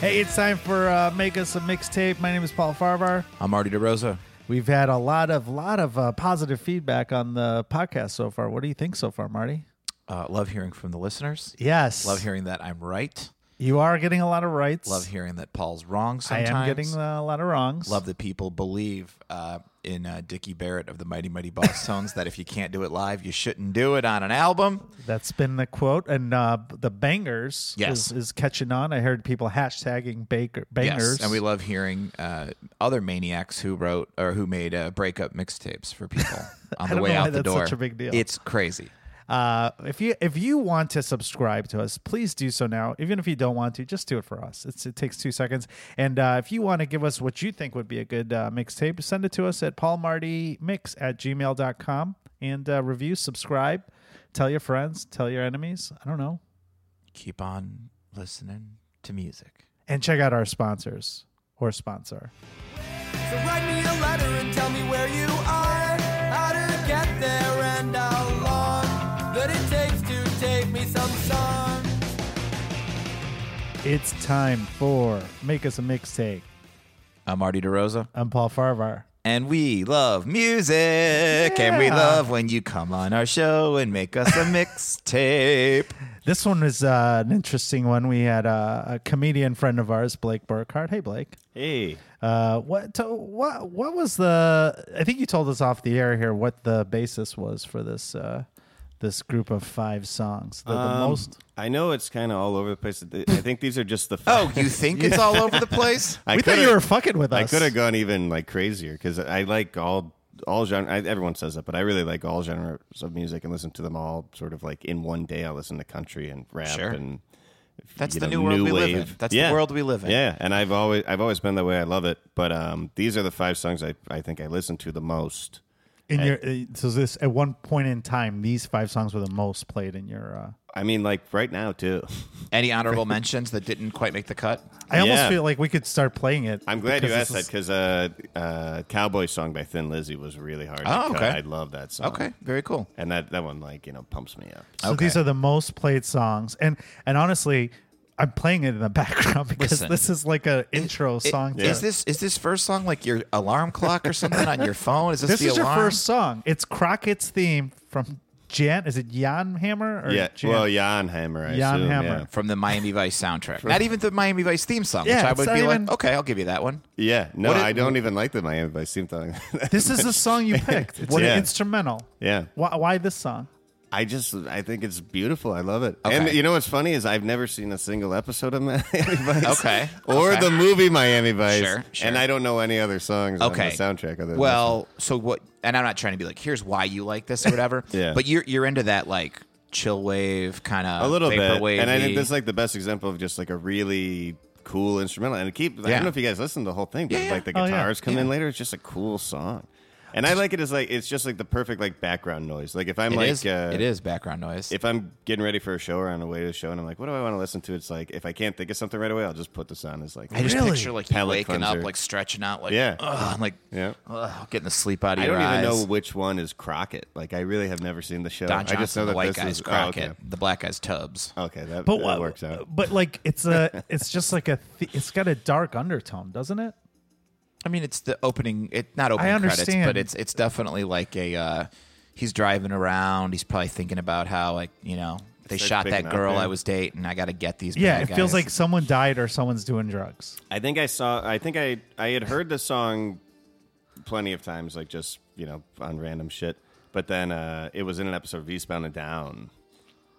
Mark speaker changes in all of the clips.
Speaker 1: Hey, it's time for uh, Make Us a Mixtape. My name is Paul Farvar.
Speaker 2: I'm Marty DeRosa.
Speaker 1: We've had a lot of lot of uh, positive feedback on the podcast so far. What do you think so far, Marty?
Speaker 2: Uh, love hearing from the listeners.
Speaker 1: Yes.
Speaker 2: Love hearing that I'm right.
Speaker 1: You are getting a lot of rights.
Speaker 2: Love hearing that Paul's wrong
Speaker 1: I
Speaker 2: sometimes.
Speaker 1: am getting uh, a lot of wrongs.
Speaker 2: Love that people believe uh, in uh, Dickie Barrett of the Mighty Mighty Boss Tones that if you can't do it live, you shouldn't do it on an album.
Speaker 1: That's been the quote, and uh, the bangers
Speaker 2: Yes.
Speaker 1: is, is catching on. I heard people hashtagging baker, bangers.
Speaker 2: and we love hearing uh, other maniacs who wrote or who made uh, breakup mixtapes for people on the
Speaker 1: don't
Speaker 2: way
Speaker 1: know
Speaker 2: out
Speaker 1: why
Speaker 2: the
Speaker 1: that's
Speaker 2: door.
Speaker 1: such a big deal.
Speaker 2: It's crazy.
Speaker 1: Uh, if you if you want to subscribe to us, please do so now. Even if you don't want to, just do it for us. It's, it takes two seconds. And uh, if you want to give us what you think would be a good uh, mixtape, send it to us at paulmartymix at gmail.com and uh, review, subscribe, tell your friends, tell your enemies. I don't know.
Speaker 2: Keep on listening to music.
Speaker 1: And check out our sponsors or sponsor.
Speaker 3: So write me a letter and tell me where you are, how to get there, and how long that it takes to take me some song.
Speaker 1: It's time for Make Us a Mixtape.
Speaker 2: I'm Marty DeRosa.
Speaker 1: I'm Paul Farvar.
Speaker 2: And we love music. And we
Speaker 1: Yeah.
Speaker 2: love when you come on our show and make us a mixtape.
Speaker 1: This one was uh, an interesting one. We had uh, a comedian friend of ours, Blake Burkhardt. Hey, Blake.
Speaker 4: Hey,
Speaker 1: Uh, what to, what what was the? I think you told us off the air here what the basis was for this uh, this group of five songs. The, the
Speaker 4: um,
Speaker 1: most
Speaker 4: I know it's kind of all over the place. I think these are just the.
Speaker 2: Oh, you think it's all over the place?
Speaker 4: I
Speaker 1: we thought
Speaker 4: coulda-
Speaker 1: you were fucking with
Speaker 4: I
Speaker 1: us.
Speaker 4: could have gone even like crazier because I like all all genre. I, everyone says that, but I really like all genres of music and listen to them all sort of like in one day. I listen to country and rap
Speaker 2: Sure.
Speaker 4: and
Speaker 2: That's
Speaker 4: you
Speaker 2: the
Speaker 4: know,
Speaker 2: new world we live
Speaker 4: wave.
Speaker 2: in. That's the world we live in.
Speaker 4: Yeah, and I've always I've always been that way. I love it, but um, these are the five songs I I think I listen to the most.
Speaker 1: in your uh, so this at one point in time these five songs were the most played in your. Uh,
Speaker 4: I mean, like right now too.
Speaker 2: Any honorable mentions that didn't quite make the cut?
Speaker 1: I almost
Speaker 4: Yeah.
Speaker 1: feel like we could start playing it.
Speaker 4: I'm glad you
Speaker 1: because
Speaker 4: asked
Speaker 1: this is-
Speaker 4: that because uh, uh, "Cowboy Song" by Thin Lizzy was really hard. to
Speaker 2: Oh,
Speaker 4: cut.
Speaker 2: okay.
Speaker 4: I love that song.
Speaker 2: Okay, very cool.
Speaker 4: and that that one like you know pumps me up.
Speaker 1: So
Speaker 2: Okay.
Speaker 1: these are the most played songs, and and honestly, I'm playing it in the background because
Speaker 2: Listen.
Speaker 1: this is like an intro
Speaker 2: It-
Speaker 1: song. to
Speaker 2: Is
Speaker 1: it.
Speaker 2: this is this first song like your alarm clock or something on your phone? Is this,
Speaker 1: This
Speaker 2: the
Speaker 1: is
Speaker 2: alarm?
Speaker 1: your first song. It's Crockett's theme from Jan. Is it Jan Hammer or
Speaker 4: yeah,
Speaker 1: Jan?
Speaker 4: well, Jan Hammer. I
Speaker 1: Jan
Speaker 4: assume,
Speaker 1: Hammer.
Speaker 2: from the Miami Vice soundtrack. Not even the Miami Vice theme song,
Speaker 1: Yeah,
Speaker 2: which I
Speaker 1: it's
Speaker 2: would
Speaker 1: not
Speaker 2: be
Speaker 1: even-
Speaker 2: like, okay, I'll give you that one.
Speaker 4: Yeah, no,
Speaker 2: What it-
Speaker 4: I don't even like the Miami Vice theme song.
Speaker 1: This is the song you picked. It's
Speaker 4: Yeah.
Speaker 1: an instrumental.
Speaker 4: yeah,
Speaker 1: Why, why this song?
Speaker 4: I just I think it's beautiful. I love it. And
Speaker 2: Okay.
Speaker 4: you know what's funny is I've never seen a single episode of Miami Vice.
Speaker 2: Okay,
Speaker 4: or
Speaker 2: okay.
Speaker 4: the movie Miami Vice.
Speaker 2: Sure, sure.
Speaker 4: And I don't know any other songs
Speaker 2: okay
Speaker 4: on the soundtrack. Other than
Speaker 2: well so what and i'm not trying to be like here's why you like this or whatever
Speaker 4: Yeah.
Speaker 2: but you're you're into that like chill wave kind of
Speaker 4: a little bit. And I think that's like the best example of just like a really cool instrumental. And it keep I
Speaker 2: Yeah.
Speaker 4: don't know if you guys listen to the whole thing, but
Speaker 2: Yeah, yeah.
Speaker 4: like the
Speaker 1: Oh, yeah.
Speaker 4: guitars come in
Speaker 2: Yeah.
Speaker 4: later. It's just a cool song. And I like it as like it's just like the perfect like background noise. Like if I'm
Speaker 2: it,
Speaker 4: like
Speaker 2: is-
Speaker 4: uh,
Speaker 2: it is background noise
Speaker 4: if I'm getting ready for a show or on the way to a show and I'm like, what do I want to listen to? It's like if I can't think of something right away, I'll just put this on. It's like
Speaker 2: i just
Speaker 1: Really?
Speaker 2: picture like you
Speaker 4: Palate
Speaker 2: waking
Speaker 4: cleanser.
Speaker 2: up like stretching out like
Speaker 4: Yeah.
Speaker 2: ugh, and like
Speaker 4: Yeah.
Speaker 2: ugh, getting the sleep out of
Speaker 4: I
Speaker 2: your
Speaker 4: don't even
Speaker 2: eyes
Speaker 4: know which one is Crockett. Like I really have never seen the show.
Speaker 2: don johnson
Speaker 4: I just know that
Speaker 2: the white
Speaker 4: this
Speaker 2: guy's
Speaker 4: is,
Speaker 2: crockett
Speaker 4: Oh, okay.
Speaker 2: the black guy's tubbs
Speaker 4: Okay, that,
Speaker 1: But
Speaker 4: that
Speaker 1: what
Speaker 4: works out.
Speaker 1: But like, it's a, it's just like a, th- it's got a dark undertone, doesn't it?
Speaker 2: i mean it's the opening it not opening
Speaker 1: I
Speaker 2: credits
Speaker 1: understand.
Speaker 2: but it's it's definitely like a uh, he's driving around he's probably thinking about how like you know they
Speaker 4: Starts
Speaker 2: shot
Speaker 4: picking
Speaker 2: that
Speaker 4: up,
Speaker 2: girl
Speaker 4: yeah.
Speaker 2: I was dating. I got to get these.
Speaker 1: Yeah,
Speaker 2: bad
Speaker 1: it feels
Speaker 2: guys.
Speaker 1: like someone died or someone's doing drugs.
Speaker 4: I think I saw. I think I I had heard the song plenty of times, like just you know on random shit. But then uh, it was in an episode of Eastbound and Down,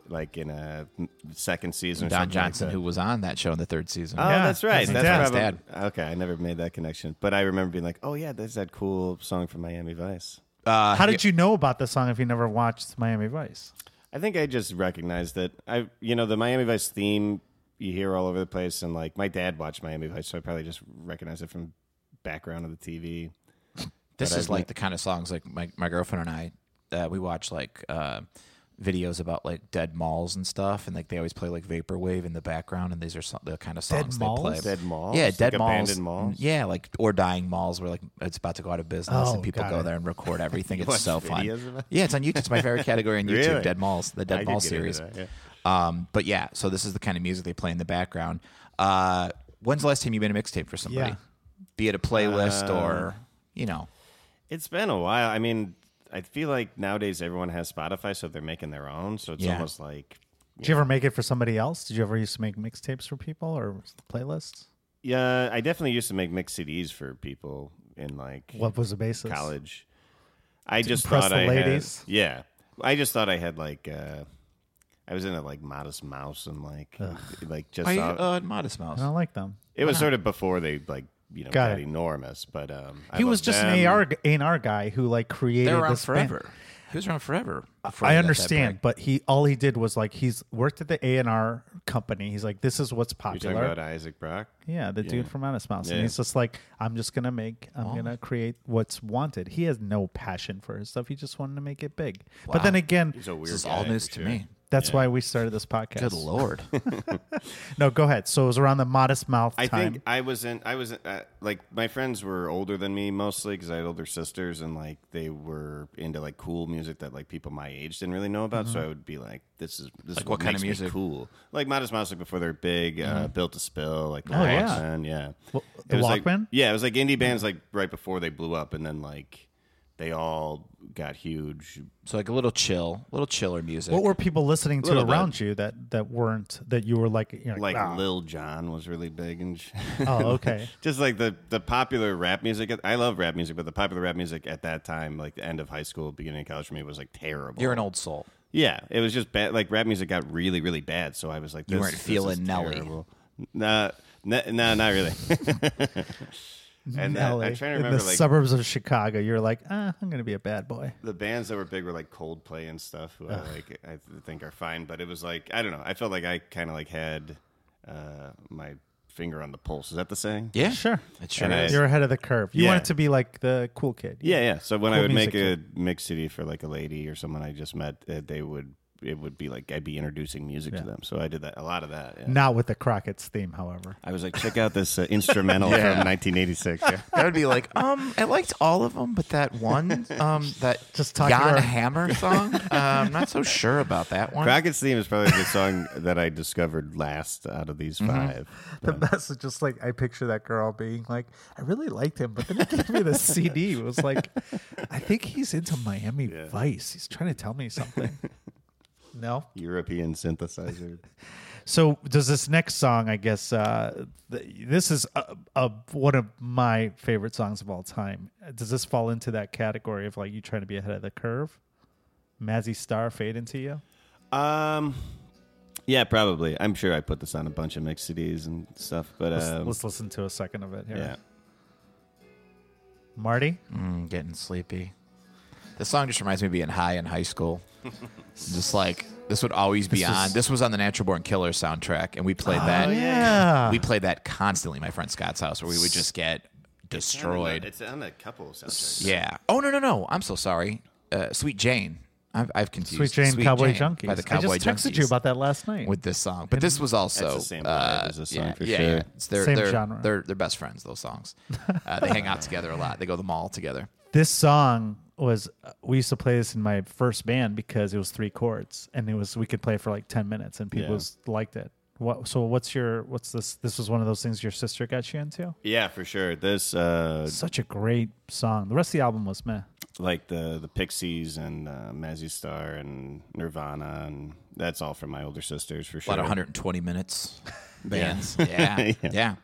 Speaker 4: like in a second season. Or
Speaker 2: Don
Speaker 4: something like
Speaker 2: Johnson,
Speaker 4: that.
Speaker 2: who was on that show in the third season.
Speaker 4: Oh,
Speaker 1: Yeah,
Speaker 4: that's right.
Speaker 1: that's
Speaker 4: That's,
Speaker 1: his
Speaker 4: probably,
Speaker 2: dad.
Speaker 4: Okay, I never made that connection, but I remember being like, "Oh yeah, there's that cool song from Miami Vice."
Speaker 2: Uh,
Speaker 1: How did you know about this song if you never watched Miami Vice?
Speaker 4: I think I just recognized that I, you know, the Miami Vice theme you hear all over the place, and like my dad watched Miami Vice, so I probably just recognized it from background of the TV.
Speaker 2: This
Speaker 4: but
Speaker 2: is
Speaker 4: I've
Speaker 2: like
Speaker 4: ne-
Speaker 2: the kind of songs like my, my girlfriend and I uh, we watch like uh, videos about like dead malls and stuff, and like they always play like vaporwave in the background, and these are so- the kind of songs they play.
Speaker 1: malls?
Speaker 4: Dead malls?
Speaker 2: yeah,
Speaker 4: Like
Speaker 2: dead malls,
Speaker 4: abandoned malls?
Speaker 2: yeah, like or dying malls where like it's about to go out of business,
Speaker 1: Oh,
Speaker 2: and people
Speaker 1: got
Speaker 2: go
Speaker 1: it.
Speaker 2: there and record everything. it's
Speaker 4: watch
Speaker 2: so fun.
Speaker 4: videos of it?
Speaker 2: Yeah, it's on YouTube. It's my favorite category on YouTube.
Speaker 4: Really?
Speaker 2: Dead malls, the
Speaker 4: I
Speaker 2: dead
Speaker 4: could
Speaker 2: mall
Speaker 4: get into
Speaker 2: series.
Speaker 4: that, yeah.
Speaker 2: Um, but yeah, so this is the kind of music they play in the background. Uh, When's the last time you made a mixtape for somebody?
Speaker 1: Yeah.
Speaker 2: Be it a playlist
Speaker 4: Uh,
Speaker 2: or you know.
Speaker 4: It's been a while. I mean, I feel like nowadays everyone has Spotify, so they're making their own. So it's
Speaker 2: Yeah.
Speaker 4: almost like,
Speaker 1: Did you ever make it for somebody else? Did you ever used to make mixtapes for people or playlists?
Speaker 4: yeah, I definitely used to make mixed CDs for people in like
Speaker 1: What was the basis?
Speaker 4: college. I just
Speaker 1: impress
Speaker 4: thought
Speaker 1: the
Speaker 4: I
Speaker 1: ladies?
Speaker 4: had, yeah. I just thought I had like, uh, I was in a like Modest Mouse and like, like just
Speaker 2: I,
Speaker 4: off-
Speaker 2: uh, uh-huh. Modest Mouse.
Speaker 1: I don't like them.
Speaker 4: it was sort of before they like you know
Speaker 1: Got
Speaker 4: got
Speaker 1: it.
Speaker 4: enormous, but um, I
Speaker 1: He was
Speaker 4: loved
Speaker 1: just
Speaker 4: them.
Speaker 1: an AR g- A&R guy who like created
Speaker 2: they were around
Speaker 1: this band.
Speaker 2: forever. He was around forever. before he got
Speaker 1: I
Speaker 2: that
Speaker 1: understand,
Speaker 2: break.
Speaker 1: but he all he did was like he's worked at the A&R company. He's like this is what's
Speaker 4: You're talking about
Speaker 1: popular.
Speaker 4: Isaac Brock.
Speaker 1: Yeah, the dude from Honest Mouse. And
Speaker 4: Yeah.
Speaker 1: he's just like I'm just going to make I'm going to create what's wanted. He has no passion for his stuff. He just wanted to make it big. But
Speaker 2: Wow.
Speaker 1: then again,
Speaker 4: He's a weird.
Speaker 2: This is
Speaker 4: guy,
Speaker 2: all
Speaker 4: for
Speaker 2: news to
Speaker 4: sure.
Speaker 2: me.
Speaker 1: that's why we started this podcast.
Speaker 2: Good lord.
Speaker 1: No, go ahead. So it was around the modest mouth
Speaker 4: I
Speaker 1: time.
Speaker 4: think I was in. I was uh, like my friends were older than me mostly because I had older sisters and like they were into like cool music that like people my age didn't really know about.
Speaker 1: Mm-hmm.
Speaker 4: So I would be like, "This is this is
Speaker 2: what kind
Speaker 4: makes
Speaker 2: of
Speaker 4: me
Speaker 2: music?
Speaker 4: Cool, like Modest Mouse like before they're big. Uh, Built to Spill, like the
Speaker 1: Mm-hmm. Oh, yeah.
Speaker 4: Walkman, yeah,
Speaker 1: Well,
Speaker 4: It
Speaker 1: the
Speaker 4: was, like-
Speaker 1: Walkman?
Speaker 4: yeah, it was like indie bands like right before they blew up, and then like they all got huge.
Speaker 2: so like a little chill, little chiller music.
Speaker 1: what were people listening to
Speaker 4: Little bit.
Speaker 1: around you that that weren't that you were like you know,
Speaker 4: Like
Speaker 1: "Ah,
Speaker 4: Lil Jon was really big and. sh-
Speaker 1: oh okay
Speaker 4: just like the the popular rap music. I love rap music, but the popular rap music at that time, like the end of high school, beginning of college for me, was like terrible.
Speaker 2: You're an old soul.
Speaker 4: yeah, it was just bad. Like rap music got really, really bad. So I was like, this,
Speaker 2: weren't
Speaker 4: this
Speaker 2: feeling
Speaker 4: is
Speaker 2: Nelly.
Speaker 4: terrible. Nah, n- no, not really. and that,
Speaker 1: Nelly,
Speaker 4: I'm trying to
Speaker 1: in the
Speaker 4: remember, like
Speaker 1: suburbs of Chicago you're like ah, I'm gonna be a bad boy
Speaker 4: the bands that were big were like Coldplay and stuff, who I like I think are fine. But it was like I don't know. I felt like I kind of like had uh, my finger on the pulse. Is that the saying?
Speaker 2: Yeah.
Speaker 1: sure
Speaker 2: It sure
Speaker 4: And I-
Speaker 2: is.
Speaker 1: you're ahead of the curve you
Speaker 4: Yeah.
Speaker 1: wanted to be like the cool kid
Speaker 4: Yeah, yeah. So when I
Speaker 1: Cool
Speaker 4: would make a
Speaker 1: music
Speaker 4: mix CD for like a lady or someone I just met, uh, they would it would be like I'd be introducing music to them. So I did that a lot of that. yeah.
Speaker 1: not with the Crockett's theme however
Speaker 4: I was like, check out this uh, instrumental from 1986. Yeah.
Speaker 2: That would be like, um, I liked all of them, but that one, um, that
Speaker 1: Just talk
Speaker 2: Jan
Speaker 1: to her.
Speaker 2: Hammer song, uh, I'm not so sure about that one.
Speaker 4: Crockett's theme is probably the song that I discovered last out of these
Speaker 1: Mm-hmm.
Speaker 4: 5
Speaker 1: the best is just like I picture that girl being like I really liked him but then he gave me the CD it was like I think he's into Miami Vice he's trying to tell me something no
Speaker 4: European synthesizer.
Speaker 1: So does this next song? I guess uh, th- this is a, a, one of my favorite songs of all time. Does this fall into that category of like you trying to be ahead of the curve? Mazzy Star fade into you.
Speaker 4: Um, yeah, probably. I'm sure I put this on a bunch of mix CDs and stuff, but
Speaker 1: Let's,
Speaker 4: um,
Speaker 1: let's listen to a second of it here.
Speaker 4: yeah.
Speaker 1: Marty,
Speaker 2: Mm, getting sleepy. This song just reminds me of being high in high school. just like this would always be
Speaker 1: This
Speaker 2: on.
Speaker 1: is- Oh,
Speaker 2: This was on the Natural Born Killer soundtrack, and we played that.
Speaker 1: yeah,
Speaker 2: We played that constantly. at My friend Scott's house, where we would just get destroyed.
Speaker 4: It's on a couple of soundtracks.
Speaker 2: Yeah. Oh no no no! I'm so sorry. Uh, Sweet Jane. I've, I've confused
Speaker 1: Sweet Jane Cowboy
Speaker 2: Junkie
Speaker 1: Junkies.
Speaker 2: by the Cowboy
Speaker 1: I just texted
Speaker 2: Junkies
Speaker 1: you about that last night.
Speaker 2: with this song, but this was also
Speaker 4: That's the same
Speaker 2: uh,
Speaker 4: vibe as this song
Speaker 2: yeah,
Speaker 4: for
Speaker 2: yeah,
Speaker 4: sure.
Speaker 2: yeah. It's their,
Speaker 1: Same
Speaker 2: their,
Speaker 1: genre.
Speaker 2: They're they're best friends. Those songs. Uh, they hang out together a lot. They go to the mall together.
Speaker 1: this song was we used to play this in my first band because it was three chords and it was we could play for like 10 minutes and people
Speaker 4: Yeah.
Speaker 1: s- liked it what so what's your what's this this was one of those things your sister got you into
Speaker 4: yeah, for sure. This uh,
Speaker 1: such a great song the rest of the album was meh
Speaker 4: like the the Pixies and uh, Mazzy Star and Nirvana and that's all from my older sisters for sure.
Speaker 2: About 120 minutes bands. Yeah. yeah.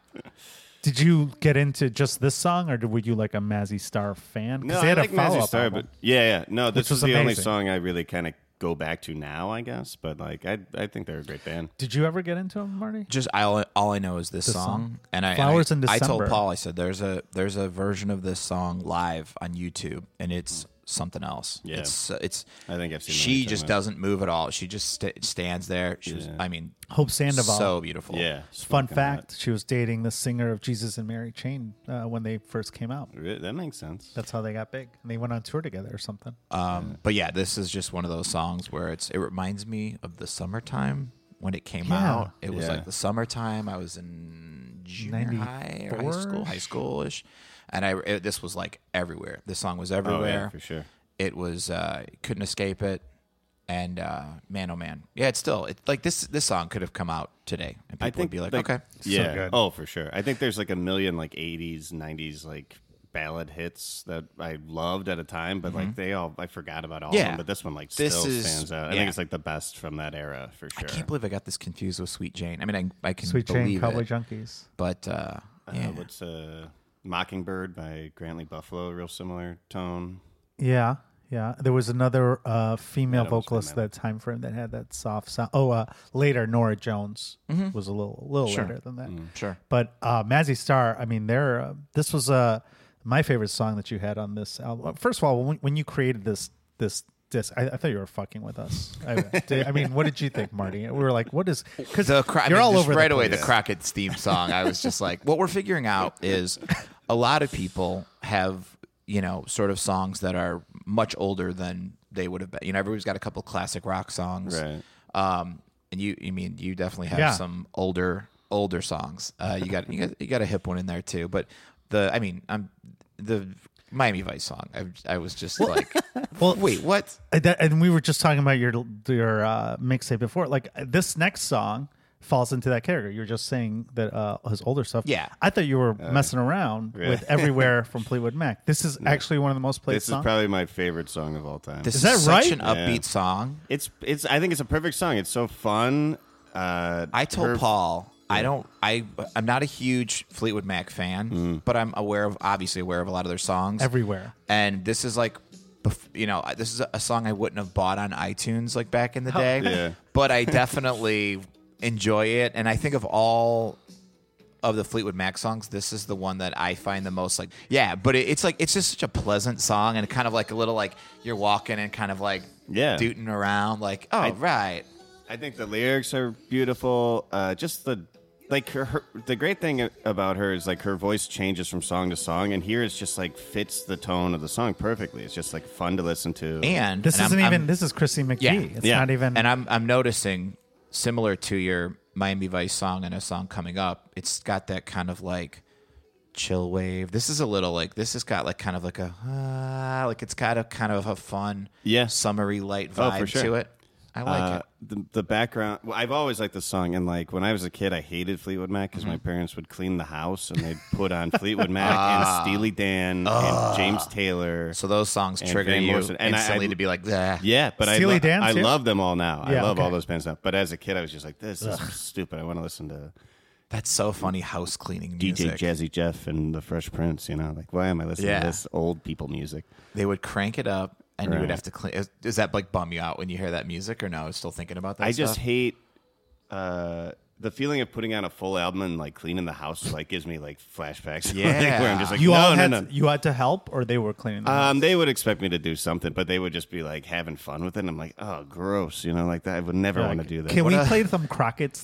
Speaker 1: did you get into just this song or did- were you like a mazzy star fan
Speaker 4: No,
Speaker 1: they
Speaker 4: I
Speaker 1: had
Speaker 4: like
Speaker 1: a follow-up
Speaker 4: Mazzy Star,
Speaker 1: album.
Speaker 4: but yeah, yeah. No,
Speaker 1: Which
Speaker 4: this
Speaker 1: was
Speaker 4: is the only
Speaker 1: amazing.
Speaker 4: song I really kind of go back to now, I guess. But like, I I think they're a great band.
Speaker 1: did you ever get into them marty
Speaker 2: Just I all, all I know is this song.
Speaker 1: song.
Speaker 2: and I and
Speaker 1: Flowers
Speaker 2: I,
Speaker 1: in
Speaker 2: I told
Speaker 1: December.
Speaker 2: Paul I said there's a there's a version of this song live on YouTube and it's something else.
Speaker 4: Yeah.
Speaker 2: It's uh, it's
Speaker 4: I think I've seen the
Speaker 2: She
Speaker 4: one you're
Speaker 2: just
Speaker 4: talking about.
Speaker 2: doesn't move at all. She just sta- stands there. She was I mean
Speaker 1: hope sandoval
Speaker 2: so beautiful.
Speaker 4: Yeah.
Speaker 1: fun
Speaker 4: smoking
Speaker 1: fact she was dating the singer of jesus and mary chain uh, when they first came out
Speaker 4: hot. Re- That makes sense.
Speaker 1: that's how they got big and they went on tour together or something
Speaker 2: Um, But yeah, this is just one of those songs where it's it reminds me of the summertime when it came
Speaker 1: Yeah.
Speaker 2: out. It was
Speaker 4: Yeah.
Speaker 2: like the summertime. I was in junior high or high
Speaker 1: 94?
Speaker 2: school, high schoolish, and I it, this was like everywhere. This song was
Speaker 4: Oh
Speaker 2: everywhere.
Speaker 4: yeah, for sure.
Speaker 2: It was uh, couldn't escape it. And uh, man, oh man, yeah, it's still it, like this. This song could have come out today, and people
Speaker 4: I think
Speaker 2: would be like,
Speaker 4: like,
Speaker 2: okay,
Speaker 4: yeah,
Speaker 1: good.
Speaker 4: oh for sure. I think there's like a million like '80s, '90s like ballad hits that I loved at a time, but like they all I forgot about all
Speaker 2: Mm-hmm. Yeah.
Speaker 4: of them. But this one like
Speaker 2: This
Speaker 4: still
Speaker 2: is-
Speaker 4: stands out. I
Speaker 2: yeah.
Speaker 4: think it's like the best from that era for
Speaker 2: I
Speaker 4: sure.
Speaker 2: can't believe I got this confused with Sweet Jane. I mean, I I can
Speaker 1: Sweet
Speaker 2: believe
Speaker 1: Chain, Cowboy
Speaker 2: it,
Speaker 1: Junkies.
Speaker 2: but uh, yeah,
Speaker 4: uh, what's uh, Mockingbird by Grantley Buffalo, real similar tone.
Speaker 1: Yeah, yeah. There was another uh, female
Speaker 4: That almost
Speaker 1: vocalist at
Speaker 4: came
Speaker 1: that time frame that had that soft sound. Oh, uh, later Nora Jones was a little a little
Speaker 2: Mm-hmm. Sure. Mm.
Speaker 1: later than that.
Speaker 2: sure.
Speaker 1: But uh, Mazzy Star, I mean, there. Uh, this was uh, my favorite song that you had on this album. Uh, First of all, when, when you created this this disc, I, I thought you were fucking with us. I, did- I mean, what did you think, Marty? We were like, what is? Because
Speaker 2: the cro- I
Speaker 1: you're
Speaker 2: mean,
Speaker 1: all
Speaker 2: just
Speaker 1: over
Speaker 2: right
Speaker 1: the
Speaker 2: away the
Speaker 1: place.
Speaker 2: Crockett's theme song. I was just like, what we're figuring out is a lot of people have you know sort of songs that are much older than they would have been. You know, everybody's got a couple classic rock songs,
Speaker 4: Right.
Speaker 2: Um, and you, you mean you definitely have
Speaker 1: Yeah.
Speaker 2: some older older songs. Uh, you got you got you got a hip one in there too. But the I mean, I'm the Miami Vice song. I, I was just like,
Speaker 1: Well,
Speaker 2: wait, what?
Speaker 1: And that- and we were just talking about your your uh, mixtape before. Like uh, this next song falls into that category. You're just saying that uh, his older stuff.
Speaker 2: Yeah. Uh,
Speaker 1: I thought you were messing around with "Everywhere" from Fleetwood Mac. This is actually one of the most played
Speaker 4: This is
Speaker 1: songs.
Speaker 4: probably my favorite song of all time.
Speaker 2: This
Speaker 1: Is that
Speaker 2: such
Speaker 1: right?
Speaker 2: an upbeat song.
Speaker 4: It's it's. I think it's a perfect song. It's so fun. Uh,
Speaker 2: I told
Speaker 4: her-
Speaker 2: Paul I don't I I'm not a huge Fleetwood Mac fan,
Speaker 4: Mm.
Speaker 2: but I'm aware of obviously aware of a lot of their songs.
Speaker 1: Everywhere.
Speaker 2: And this is like bef- you know, I- this is a- a song I wouldn't have bought on iTunes like back in the day.
Speaker 4: Yeah.
Speaker 2: But I definitely enjoy it and I think of all of the Fleetwood Mac songs, this is the one that I find the most like. Yeah, but it, it's like it's just such a pleasant song and kind of like a little like you're walking and kind of like
Speaker 4: Yeah.
Speaker 2: dooting around like oh right
Speaker 4: I think the lyrics are beautiful. Uh, just the like her, her the great thing about her is like her voice changes from song to song, and here it's just like fits the tone of the song perfectly. It's just like fun to listen to.
Speaker 2: and
Speaker 1: This
Speaker 2: and I'm-
Speaker 1: isn't
Speaker 2: I'm-
Speaker 1: even. this is Christine McVie.
Speaker 2: Yeah,
Speaker 1: It's
Speaker 4: yeah.
Speaker 1: not even.
Speaker 2: And I'm I'm noticing similar to your Miami Vice song and a song coming up, it's got that kind of like chill wave. This is a little like this has got like kind of like a ah, like it's got a kind of a fun
Speaker 4: Yeah.
Speaker 2: summery light
Speaker 4: Oh,
Speaker 2: vibe
Speaker 4: for sure.
Speaker 2: to it. I like
Speaker 4: Uh,
Speaker 2: it.
Speaker 4: the, the background. Well, I've always liked this song, and like when I was a kid, I hated Fleetwood Mac because my parents would clean the house and they'd put on Fleetwood Mac and Steely Dan and James Taylor.
Speaker 2: So those songs
Speaker 4: and
Speaker 2: trigger
Speaker 4: Van
Speaker 2: you
Speaker 4: Morrison. And I-
Speaker 2: instantly
Speaker 4: I-
Speaker 2: to be like, "Ah."
Speaker 4: Yeah, but
Speaker 1: Steely
Speaker 4: I, lo-
Speaker 1: Dan,
Speaker 4: I
Speaker 1: too?
Speaker 4: love them all now.
Speaker 1: Yeah,
Speaker 4: I love all
Speaker 1: okay.
Speaker 4: those bands now. But as a kid, I was just like, this is stupid. I want to listen to
Speaker 2: that's so funny. House cleaning
Speaker 4: DJ
Speaker 2: music.
Speaker 4: Jazzy Jeff and the Fresh Prince. You know, like why am I listening
Speaker 2: Yeah.
Speaker 4: to this old people music?
Speaker 2: They would crank it up, and you would
Speaker 4: Right.
Speaker 2: have to clean. Is, does that like bum you out when you hear that music, or no? I was still thinking about that.
Speaker 4: I just
Speaker 2: stuff?
Speaker 4: hate uh, the feeling of putting on a full album and like cleaning the house. Like gives me like flashbacks.
Speaker 2: Yeah.
Speaker 4: like, where I'm just like,
Speaker 1: you
Speaker 4: no,
Speaker 1: all
Speaker 4: no,
Speaker 1: had
Speaker 4: no.
Speaker 1: you had to help, or they were cleaning. the house.
Speaker 4: Um, they would expect me to do something, but they would just be like having fun with it. And I'm like, oh, gross. You know, like that. I would never want to do that.
Speaker 1: Can
Speaker 2: What
Speaker 1: we
Speaker 2: a-
Speaker 1: play some Crockett's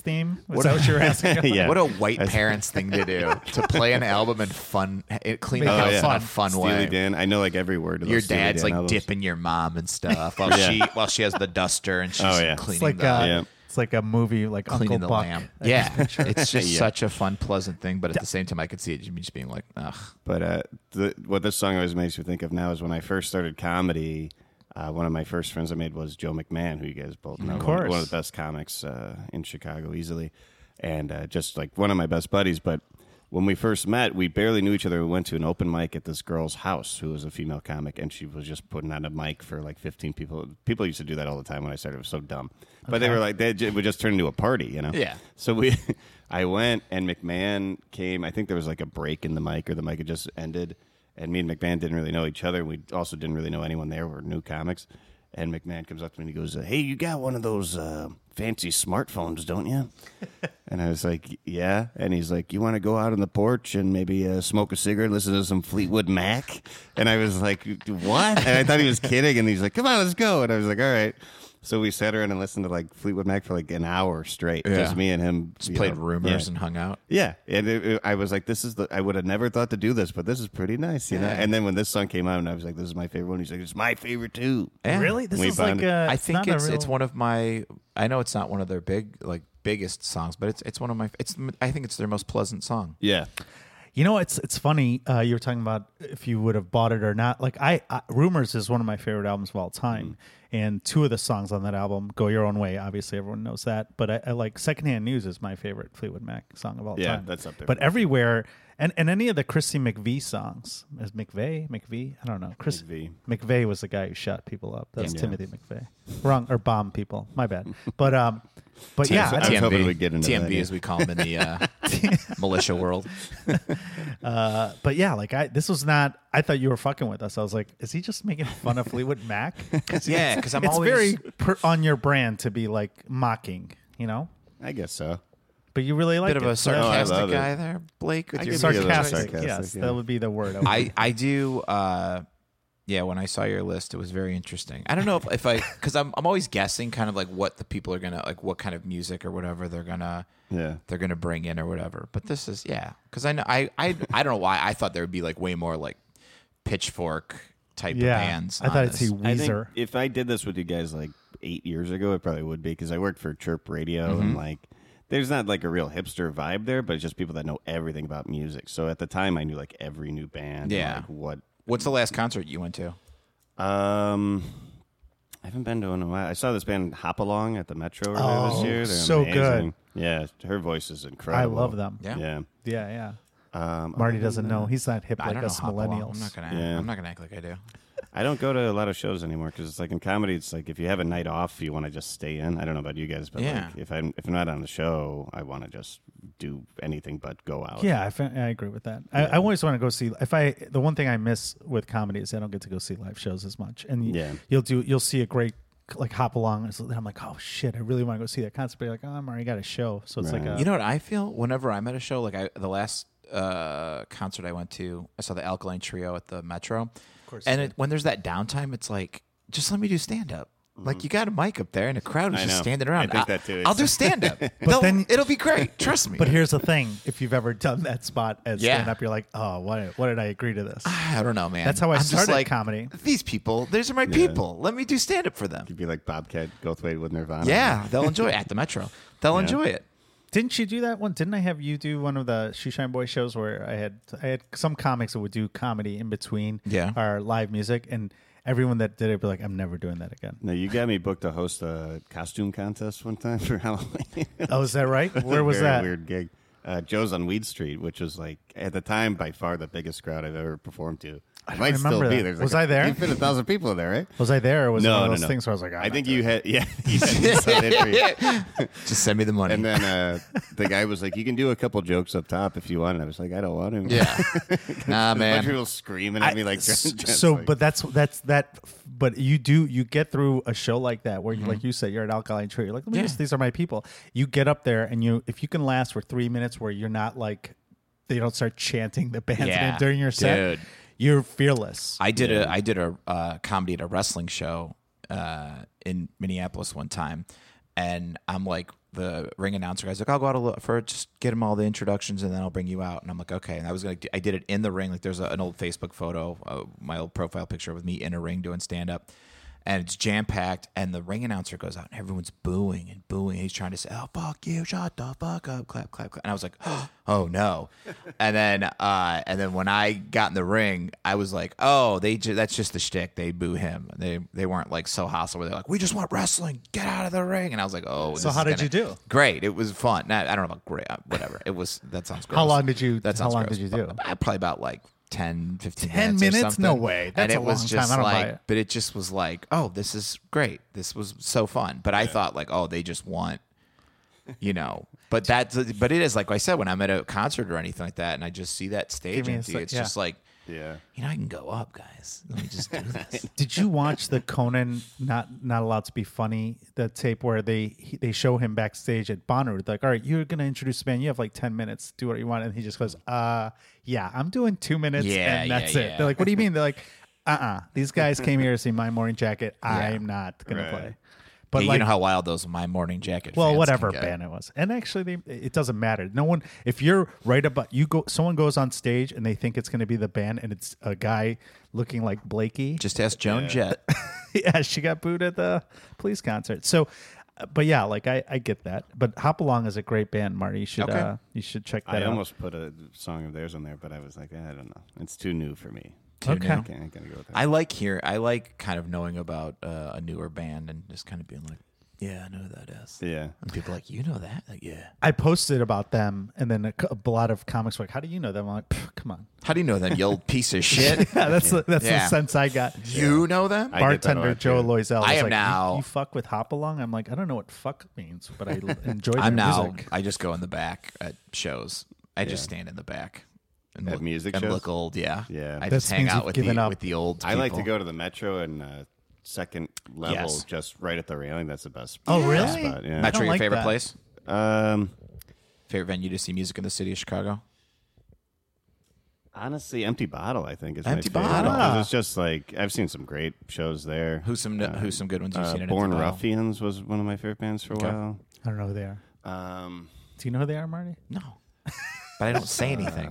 Speaker 1: theme? Is that what you're asking?
Speaker 4: yeah.
Speaker 2: What a white parents thing to do to play an album and fun it clean the
Speaker 1: Make it
Speaker 2: house
Speaker 1: fun.
Speaker 2: in a fun
Speaker 4: Oh, Steely
Speaker 2: way.
Speaker 4: Dan. I know like every word of
Speaker 2: Your
Speaker 4: those Steely
Speaker 2: dad's
Speaker 4: Dan
Speaker 2: like
Speaker 4: albums.
Speaker 2: dipping your mom and stuff while she while she has the duster and she's
Speaker 4: Oh, yeah.
Speaker 2: cleaning
Speaker 1: It's like
Speaker 2: the
Speaker 1: uh,
Speaker 4: Yeah.
Speaker 1: it's like a movie like
Speaker 2: cleaning the
Speaker 1: Uncle Buck.
Speaker 2: lamp. Yeah, it's just
Speaker 4: Yeah.
Speaker 2: such a fun, pleasant thing. But at the same time, I could see it me just being like, ugh.
Speaker 4: But uh, the, what this song always makes me think of now is when I first started comedy. Uh, one of my first friends I made was Joe McMahon, who you guys both know, one-
Speaker 1: course.
Speaker 4: One, of the best comics uh, in Chicago, easily, and uh, just like one of my best buddies. But when we first met, we barely knew each other. We went to an open mic at this girl's house, who was a female comic, and she was just putting on a mic for like fifteen people. People used to do that all the time when I started. It was so dumb, but they were like they ju- it would just turn into a party, you know?
Speaker 2: Yeah.
Speaker 4: So we, I went and McMahon came. I think there was like a break in the mic or the mic had just ended. And me and McMahon didn't really know each other. We also didn't really know anyone there. We're new comics. And McMahon comes up to me and he goes, Hey, you got one of those uh, fancy smartphones, don't you? and I was like, Yeah. And he's like, You want to go out on the porch and maybe uh, smoke a cigarette, listen to some Fleetwood Mac? And I was like, What? And I thought he was kidding. And he's like, Come on, let's go. And I was like, All right. So we sat around and listened to like Fleetwood Mac for like an hour straight. Just me and him.
Speaker 2: Just
Speaker 4: you
Speaker 2: played
Speaker 4: know.
Speaker 2: rumors
Speaker 4: Yeah.
Speaker 2: and hung out.
Speaker 4: Yeah, and it, it- I was like, "This is the." I would have never thought to do this, but this is pretty nice, you know.
Speaker 2: Yeah.
Speaker 4: And then when this song came out, and I was like, "This is my favorite one." He's like, "It's my favorite too."
Speaker 2: Yeah.
Speaker 1: Really, this
Speaker 4: We
Speaker 1: is like
Speaker 4: bonded.
Speaker 1: a,
Speaker 2: I
Speaker 1: it's
Speaker 2: think
Speaker 1: not a
Speaker 2: it's it's
Speaker 1: real-
Speaker 2: one of my. I know it's not one of their big like biggest songs, but it's it's one of my. It's I think it's their most pleasant song.
Speaker 4: Yeah,
Speaker 1: You know, it's it's funny. Uh, you were talking about if you would have bought it or not. Like I, I Rumors is one of my favorite albums of all time,
Speaker 4: Mm.
Speaker 1: and two of the songs on that album, "Go Your Own Way," obviously everyone knows that. But I, I like "Secondhand News" is my favorite Fleetwood Mac song of all
Speaker 4: Yeah,
Speaker 1: time.
Speaker 4: that's up there.
Speaker 1: But everywhere. And, and any of the Chrissy McVie songs is McVeigh McVie I don't know Chris
Speaker 4: McVie.
Speaker 1: McVeigh was the guy who shot people up that's Timothy McVeigh wrong or bomb people my bad but um but yeah I
Speaker 4: I
Speaker 1: don't-
Speaker 4: was hoping we'd get into
Speaker 2: TMB
Speaker 4: that, yeah.
Speaker 2: as we call them in the uh, militia world.
Speaker 1: but yeah, like I this was not. I thought you were fucking with us. I was like, is he just making fun of Fleetwood Mac? It's
Speaker 2: Yeah, because I'm always
Speaker 1: very per, on your brand to be like mocking, you know.
Speaker 4: I guess so.
Speaker 1: But you really like
Speaker 2: bit of
Speaker 1: it.
Speaker 2: a
Speaker 1: So that's-
Speaker 2: sarcastic
Speaker 4: love it.
Speaker 2: guy there, Blake. With
Speaker 4: I
Speaker 2: your
Speaker 4: can be a
Speaker 2: music
Speaker 4: little
Speaker 2: choice.
Speaker 1: sarcastic.
Speaker 4: sarcastic,
Speaker 1: yes,
Speaker 4: yeah.
Speaker 1: that would be the word. would-
Speaker 2: I I do. Uh, yeah, when I saw your list, it was very interesting. I don't know if, if I because I'm I'm always guessing kind of like what the people are gonna like, what kind of music or whatever they're gonna
Speaker 4: Yeah.
Speaker 2: they're gonna bring in or whatever. But this is yeah, because I know I, I I don't know why I thought there would be like way more like pitchfork type
Speaker 1: yeah,
Speaker 2: of bands.
Speaker 1: I
Speaker 2: on
Speaker 1: thought I'd
Speaker 2: this.
Speaker 1: see
Speaker 4: I think
Speaker 1: Weezer.
Speaker 4: if I did this with you guys like eight years ago, it probably would be because I worked for Chirp Radio
Speaker 2: Mm-hmm.
Speaker 4: and like there's not like a real hipster vibe there, but it's just people that know everything about music. So at the time, I knew like every new band. and,
Speaker 2: Yeah.
Speaker 4: like, what?
Speaker 2: What's the last concert you went to?
Speaker 4: Um, I haven't been to one in a while. I saw this band Hop Along at the Metro earlier
Speaker 1: Oh,
Speaker 4: this year. They're
Speaker 1: so good.
Speaker 4: amazing. Yeah, her voice is
Speaker 1: I
Speaker 4: incredible.
Speaker 1: love them.
Speaker 2: Yeah.
Speaker 4: Yeah.
Speaker 1: yeah, yeah.
Speaker 4: Um,
Speaker 1: Marty doesn't know. He's not hip
Speaker 2: I
Speaker 1: like
Speaker 2: don't know.
Speaker 1: us
Speaker 2: Hop along.
Speaker 1: millennials.
Speaker 2: I'm not gonna.
Speaker 4: Yeah. Uh,
Speaker 2: I'm not gonna act like I do.
Speaker 4: I don't go to a lot of shows anymore because it's like in comedy, it's like if you have a night off, you want to just stay in. I don't know about you guys, but
Speaker 2: Yeah.
Speaker 4: like if I'm if I'm not on the show, I want to just do anything but go out.
Speaker 1: Yeah, I, fin- I agree with that. I, I always want to go see. If I the one thing I miss with comedy is I don't get to go see live shows as much. And y-
Speaker 4: Yeah.
Speaker 1: you'll do you'll see a great like hop along. And so then I'm like, oh shit, I really want to go see that concert. But you're like, oh, I'm already got a show, so it's like
Speaker 4: Right.
Speaker 1: a,
Speaker 2: You know what I feel whenever I'm at a show, like I the last uh, concert I went to, I saw the Alkaline Trio at the Metro. Of course. And it, when there's that downtime, it's like just let me do stand up. Like you got a mic up there and a crowd is
Speaker 4: Mm-hmm. I
Speaker 2: just
Speaker 4: know.
Speaker 2: standing around.
Speaker 4: I think
Speaker 2: I-
Speaker 4: that too.
Speaker 2: I'll do stand up. but
Speaker 1: then-
Speaker 2: then it'll be great. Trust me.
Speaker 1: But here's the thing: if you've ever done that spot as
Speaker 2: Yeah.
Speaker 1: stand up, you're like, oh, why, why did I agree to this?
Speaker 2: I don't know, man.
Speaker 1: That's how I
Speaker 2: I'm just
Speaker 1: started
Speaker 2: like,
Speaker 1: comedy.
Speaker 2: These people, these are my people. Let me do stand up for them.
Speaker 4: You'd be like Bobcat Goldthwait with Nirvana.
Speaker 2: Yeah, they'll enjoy it at the Metro. They'll enjoy it.
Speaker 1: Didn't you do that one? Didn't I have you do one of the Shoeshine Boy shows where I had I had some comics that would do comedy in between
Speaker 2: Yeah.
Speaker 1: our live music, and everyone that did it would be like, I'm never doing that again.
Speaker 4: No, you got me booked to host a costume contest one time for Halloween.
Speaker 1: Oh, is that right? Where was
Speaker 4: Very
Speaker 1: that?
Speaker 4: Weird gig. Uh, Joe's on Weed Street, which was like at the time by far the biggest crowd I've ever performed to. I might still
Speaker 1: remember
Speaker 4: be
Speaker 1: that.
Speaker 4: There's
Speaker 1: Was
Speaker 4: like
Speaker 1: I there?
Speaker 4: You fit a thousand people in there, right?
Speaker 1: Was I there? Or was it
Speaker 4: no,
Speaker 1: one of
Speaker 4: no,
Speaker 1: those
Speaker 4: no.
Speaker 1: things where I was like, I'm
Speaker 4: I think
Speaker 1: not
Speaker 4: you had, yeah, you had some entry.
Speaker 2: Just send me the money.
Speaker 4: And then uh, the guy was like, "You can do a couple jokes up top if you want." And I was like, "I don't want to."
Speaker 2: yeah. nah,
Speaker 4: a bunch of
Speaker 2: man.
Speaker 4: people screaming at me like.
Speaker 1: S-
Speaker 4: just
Speaker 1: so
Speaker 4: like-
Speaker 1: but that's that's that but you do you get through a show like that where
Speaker 4: Mm-hmm.
Speaker 1: you like you said you're an alkaline tree you're like Let me
Speaker 2: Yeah.
Speaker 1: just, these are my people you get up there and you if you can last for three minutes where you're not like they don't start chanting the band's
Speaker 2: Yeah,
Speaker 1: name during your set
Speaker 2: dude.
Speaker 1: you're fearless
Speaker 2: I did a I did a uh, comedy at a wrestling show uh, in Minneapolis one time, and I'm like the ring announcer guy's like I'll go out a little for just get him all the introductions and then I'll bring you out and I'm like okay and I was gonna do, I did it in the ring like there's a, an old Facebook photo uh, my old profile picture with me in a ring doing stand up. And it's jam packed, and the ring announcer goes out, and everyone's booing and booing. And he's trying to say, "Oh fuck you, shut the fuck up, clap, clap, clap." And I was like, "Oh no!" And then, uh, and then when I got in the ring, I was like, "Oh, they ju- that's just the shtick. They boo him. They they weren't like so hostile. Where they're like, we just want wrestling. Get out of the ring." And I was like, "Oh."
Speaker 1: So
Speaker 2: this
Speaker 1: how
Speaker 2: is
Speaker 1: did you
Speaker 2: gonna-
Speaker 1: do?
Speaker 2: Great. It was fun. Not, I don't know about great. uh, Whatever. It was. That sounds gross.
Speaker 1: How long did you-
Speaker 2: That
Speaker 1: how
Speaker 2: sounds
Speaker 1: long
Speaker 2: gross.
Speaker 1: did you do?
Speaker 2: But- Probably about like 10, 15
Speaker 1: 10
Speaker 2: or
Speaker 1: minutes? No
Speaker 2: something.
Speaker 1: way.
Speaker 2: and
Speaker 1: That's
Speaker 2: it
Speaker 1: a
Speaker 2: was
Speaker 1: long time.
Speaker 2: just
Speaker 1: I don't buy
Speaker 2: like
Speaker 1: it.
Speaker 2: but it just was like, oh, this is great. This was so fun. But I thought like, oh, they just want, you know. But that's but it is like I said when I'm at a concert or anything like that, and I just see that stage
Speaker 1: Give me a
Speaker 2: empty.
Speaker 1: sec-
Speaker 2: it's
Speaker 1: yeah.
Speaker 2: just like,
Speaker 4: yeah,
Speaker 2: you know, I can go up, guys. Let me just do this.
Speaker 1: Did you watch the Conan not not allowed to be funny the tape where they he, they show him backstage at Bonnaroo like all right you're gonna introduce the band you have like ten minutes do what you want and he just goes uh yeah I'm doing two minutes
Speaker 2: Yeah,
Speaker 1: and
Speaker 2: yeah,
Speaker 1: that's it
Speaker 2: yeah.
Speaker 1: they're like what do you mean they're like uh uh these guys came here to see my morning jacket I'm not gonna
Speaker 4: Right.
Speaker 1: play but
Speaker 2: Yeah,
Speaker 1: like
Speaker 2: you know how wild those my morning jacket. fans
Speaker 1: well
Speaker 2: can
Speaker 1: whatever
Speaker 2: get.
Speaker 1: band it was and actually they it doesn't matter no one if you're right about you go someone goes on stage and they think it's gonna be the band and it's a guy looking like Blakey
Speaker 2: Just ask Joan Jett.
Speaker 1: yeah, she got booed at the police concert. So uh, but yeah, like I, I get that. But Hop Along is a great band, Marty. You should
Speaker 2: Okay.
Speaker 1: uh, you should check that
Speaker 4: I
Speaker 1: out.
Speaker 4: almost put a song of theirs on there, but I was like, eh, I don't know. It's too new for me.
Speaker 1: okay.
Speaker 4: Okay, I gotta go with that.
Speaker 2: I like here. I like kind of knowing about uh, a newer band and just kind of being like, yeah, I know who that is.
Speaker 4: yeah.
Speaker 2: And people are like, you know that? Like, yeah.
Speaker 1: I posted about them, and then a, cou- a lot of comics were like, "How do you know them?" I'm like, "Pff, "Come on."
Speaker 2: How do you know them, you old piece of shit?
Speaker 1: Yeah, that's the, that's
Speaker 2: Yeah.
Speaker 1: the sense I got.
Speaker 2: You know them?
Speaker 4: I- get that a
Speaker 1: Bartender
Speaker 4: lot,
Speaker 1: Joe
Speaker 4: too.
Speaker 1: Loisel. was
Speaker 2: I am
Speaker 1: like,
Speaker 2: now-
Speaker 1: You, you fuck with Hop Along? I'm like, I don't know what fuck means, but I l- enjoy. Their
Speaker 2: I'm now.
Speaker 1: music.
Speaker 2: I just go in the back at shows. I just stand in the back and
Speaker 4: At
Speaker 2: look,
Speaker 4: music
Speaker 2: and
Speaker 4: shows?
Speaker 2: look old. Yeah,
Speaker 4: Yeah.
Speaker 2: I
Speaker 1: That
Speaker 2: just hang
Speaker 1: means
Speaker 2: out
Speaker 1: you've
Speaker 2: with
Speaker 1: given
Speaker 2: the
Speaker 1: up.
Speaker 2: with the old.
Speaker 4: I like to
Speaker 2: people.
Speaker 4: go to the metro and uh, second level,
Speaker 2: Yes.
Speaker 4: just right at the railing. That's the best.
Speaker 1: Oh,
Speaker 4: best
Speaker 1: really?
Speaker 4: Spot, yeah.
Speaker 1: I don't
Speaker 2: Metro, your
Speaker 1: like
Speaker 2: favorite
Speaker 1: that.
Speaker 2: place,
Speaker 4: Um,
Speaker 2: favorite venue to see music in the city of Chicago.
Speaker 4: honestly, Empty Bottle. I think is
Speaker 2: Empty
Speaker 4: my favorite,
Speaker 2: Bottle.
Speaker 4: 'cause It's just like I've seen some great shows there.
Speaker 2: Who's some Who's some good ones you've
Speaker 4: uh,
Speaker 2: seen? in
Speaker 4: Born
Speaker 2: Antipolo?
Speaker 4: Ruffians was one of my favorite bands for a while.
Speaker 1: I don't know who they are.
Speaker 4: Um,
Speaker 1: Do you know who they are, Marty?
Speaker 2: No, but I don't say anything.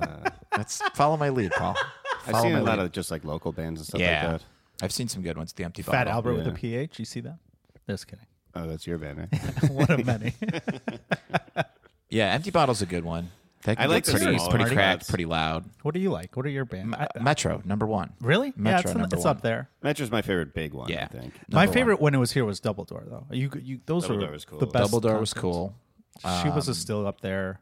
Speaker 2: That's follow my lead, Paul.
Speaker 4: Uh, I've
Speaker 2: Follow
Speaker 4: seen
Speaker 2: my
Speaker 4: a lot
Speaker 2: lead.
Speaker 4: of just like local bands and stuff
Speaker 2: yeah.
Speaker 4: like that.
Speaker 2: I've seen some good ones. The Empty
Speaker 1: Fat
Speaker 2: Bottle.
Speaker 1: Albert with a
Speaker 4: yeah.
Speaker 1: PH. You see that? Just kidding.
Speaker 4: Oh, that's your band, right?
Speaker 1: One of many.
Speaker 2: Yeah, Empty Bottle's a good one. That can
Speaker 4: I like
Speaker 2: get
Speaker 4: the
Speaker 2: pretty,
Speaker 4: smaller
Speaker 2: pretty
Speaker 4: ones.
Speaker 2: cracked, pretty loud.
Speaker 1: what do you like? What are your band? I-
Speaker 2: Metro number one.
Speaker 1: Uh, really? yeah,
Speaker 2: Metro
Speaker 1: it's,
Speaker 2: number
Speaker 1: it's
Speaker 2: one.
Speaker 1: up there.
Speaker 4: Metro's my favorite big one.
Speaker 2: Yeah.
Speaker 4: I think.
Speaker 1: My
Speaker 2: Number one.
Speaker 1: favorite when it was here was Double Door, though. You, you those
Speaker 4: Double
Speaker 1: were
Speaker 4: Door was cool.
Speaker 1: the best.
Speaker 2: Dumbledore was
Speaker 1: concerts.
Speaker 2: cool. Um,
Speaker 1: She was uh, still up there.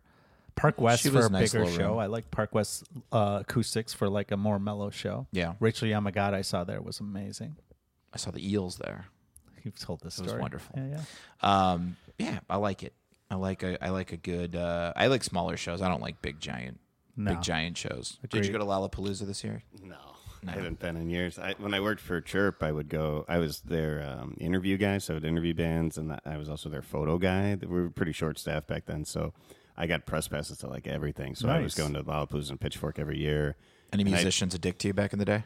Speaker 1: Park West
Speaker 2: she
Speaker 1: for
Speaker 2: was
Speaker 1: a
Speaker 2: nice
Speaker 1: bigger
Speaker 2: little
Speaker 1: show.
Speaker 2: room.
Speaker 1: I like Park West uh, acoustics for like a more mellow show.
Speaker 2: Yeah.
Speaker 1: Rachel Yamagata I saw there was amazing.
Speaker 2: I saw the eels there.
Speaker 1: You've told this
Speaker 2: It was
Speaker 1: story.
Speaker 2: wonderful.
Speaker 1: Yeah, yeah.
Speaker 2: Um, yeah, I like it. I like a I like a good. Uh, I like smaller shows. I don't like big giant
Speaker 1: No.
Speaker 2: big giant shows. Did
Speaker 1: Agreed.
Speaker 2: you go to Lollapalooza this year?
Speaker 4: No, I haven't been in years. I, when I worked for Chirp, I would go. I was their um, interview guy, so I would interview bands, and I was also their photo guy. We were pretty short staffed back then, so I got press passes to like everything. So I was
Speaker 1: Nice.
Speaker 4: going to Lollapalooza and Pitchfork every year.
Speaker 2: Any
Speaker 4: I-
Speaker 2: musicians a dick to you back in the day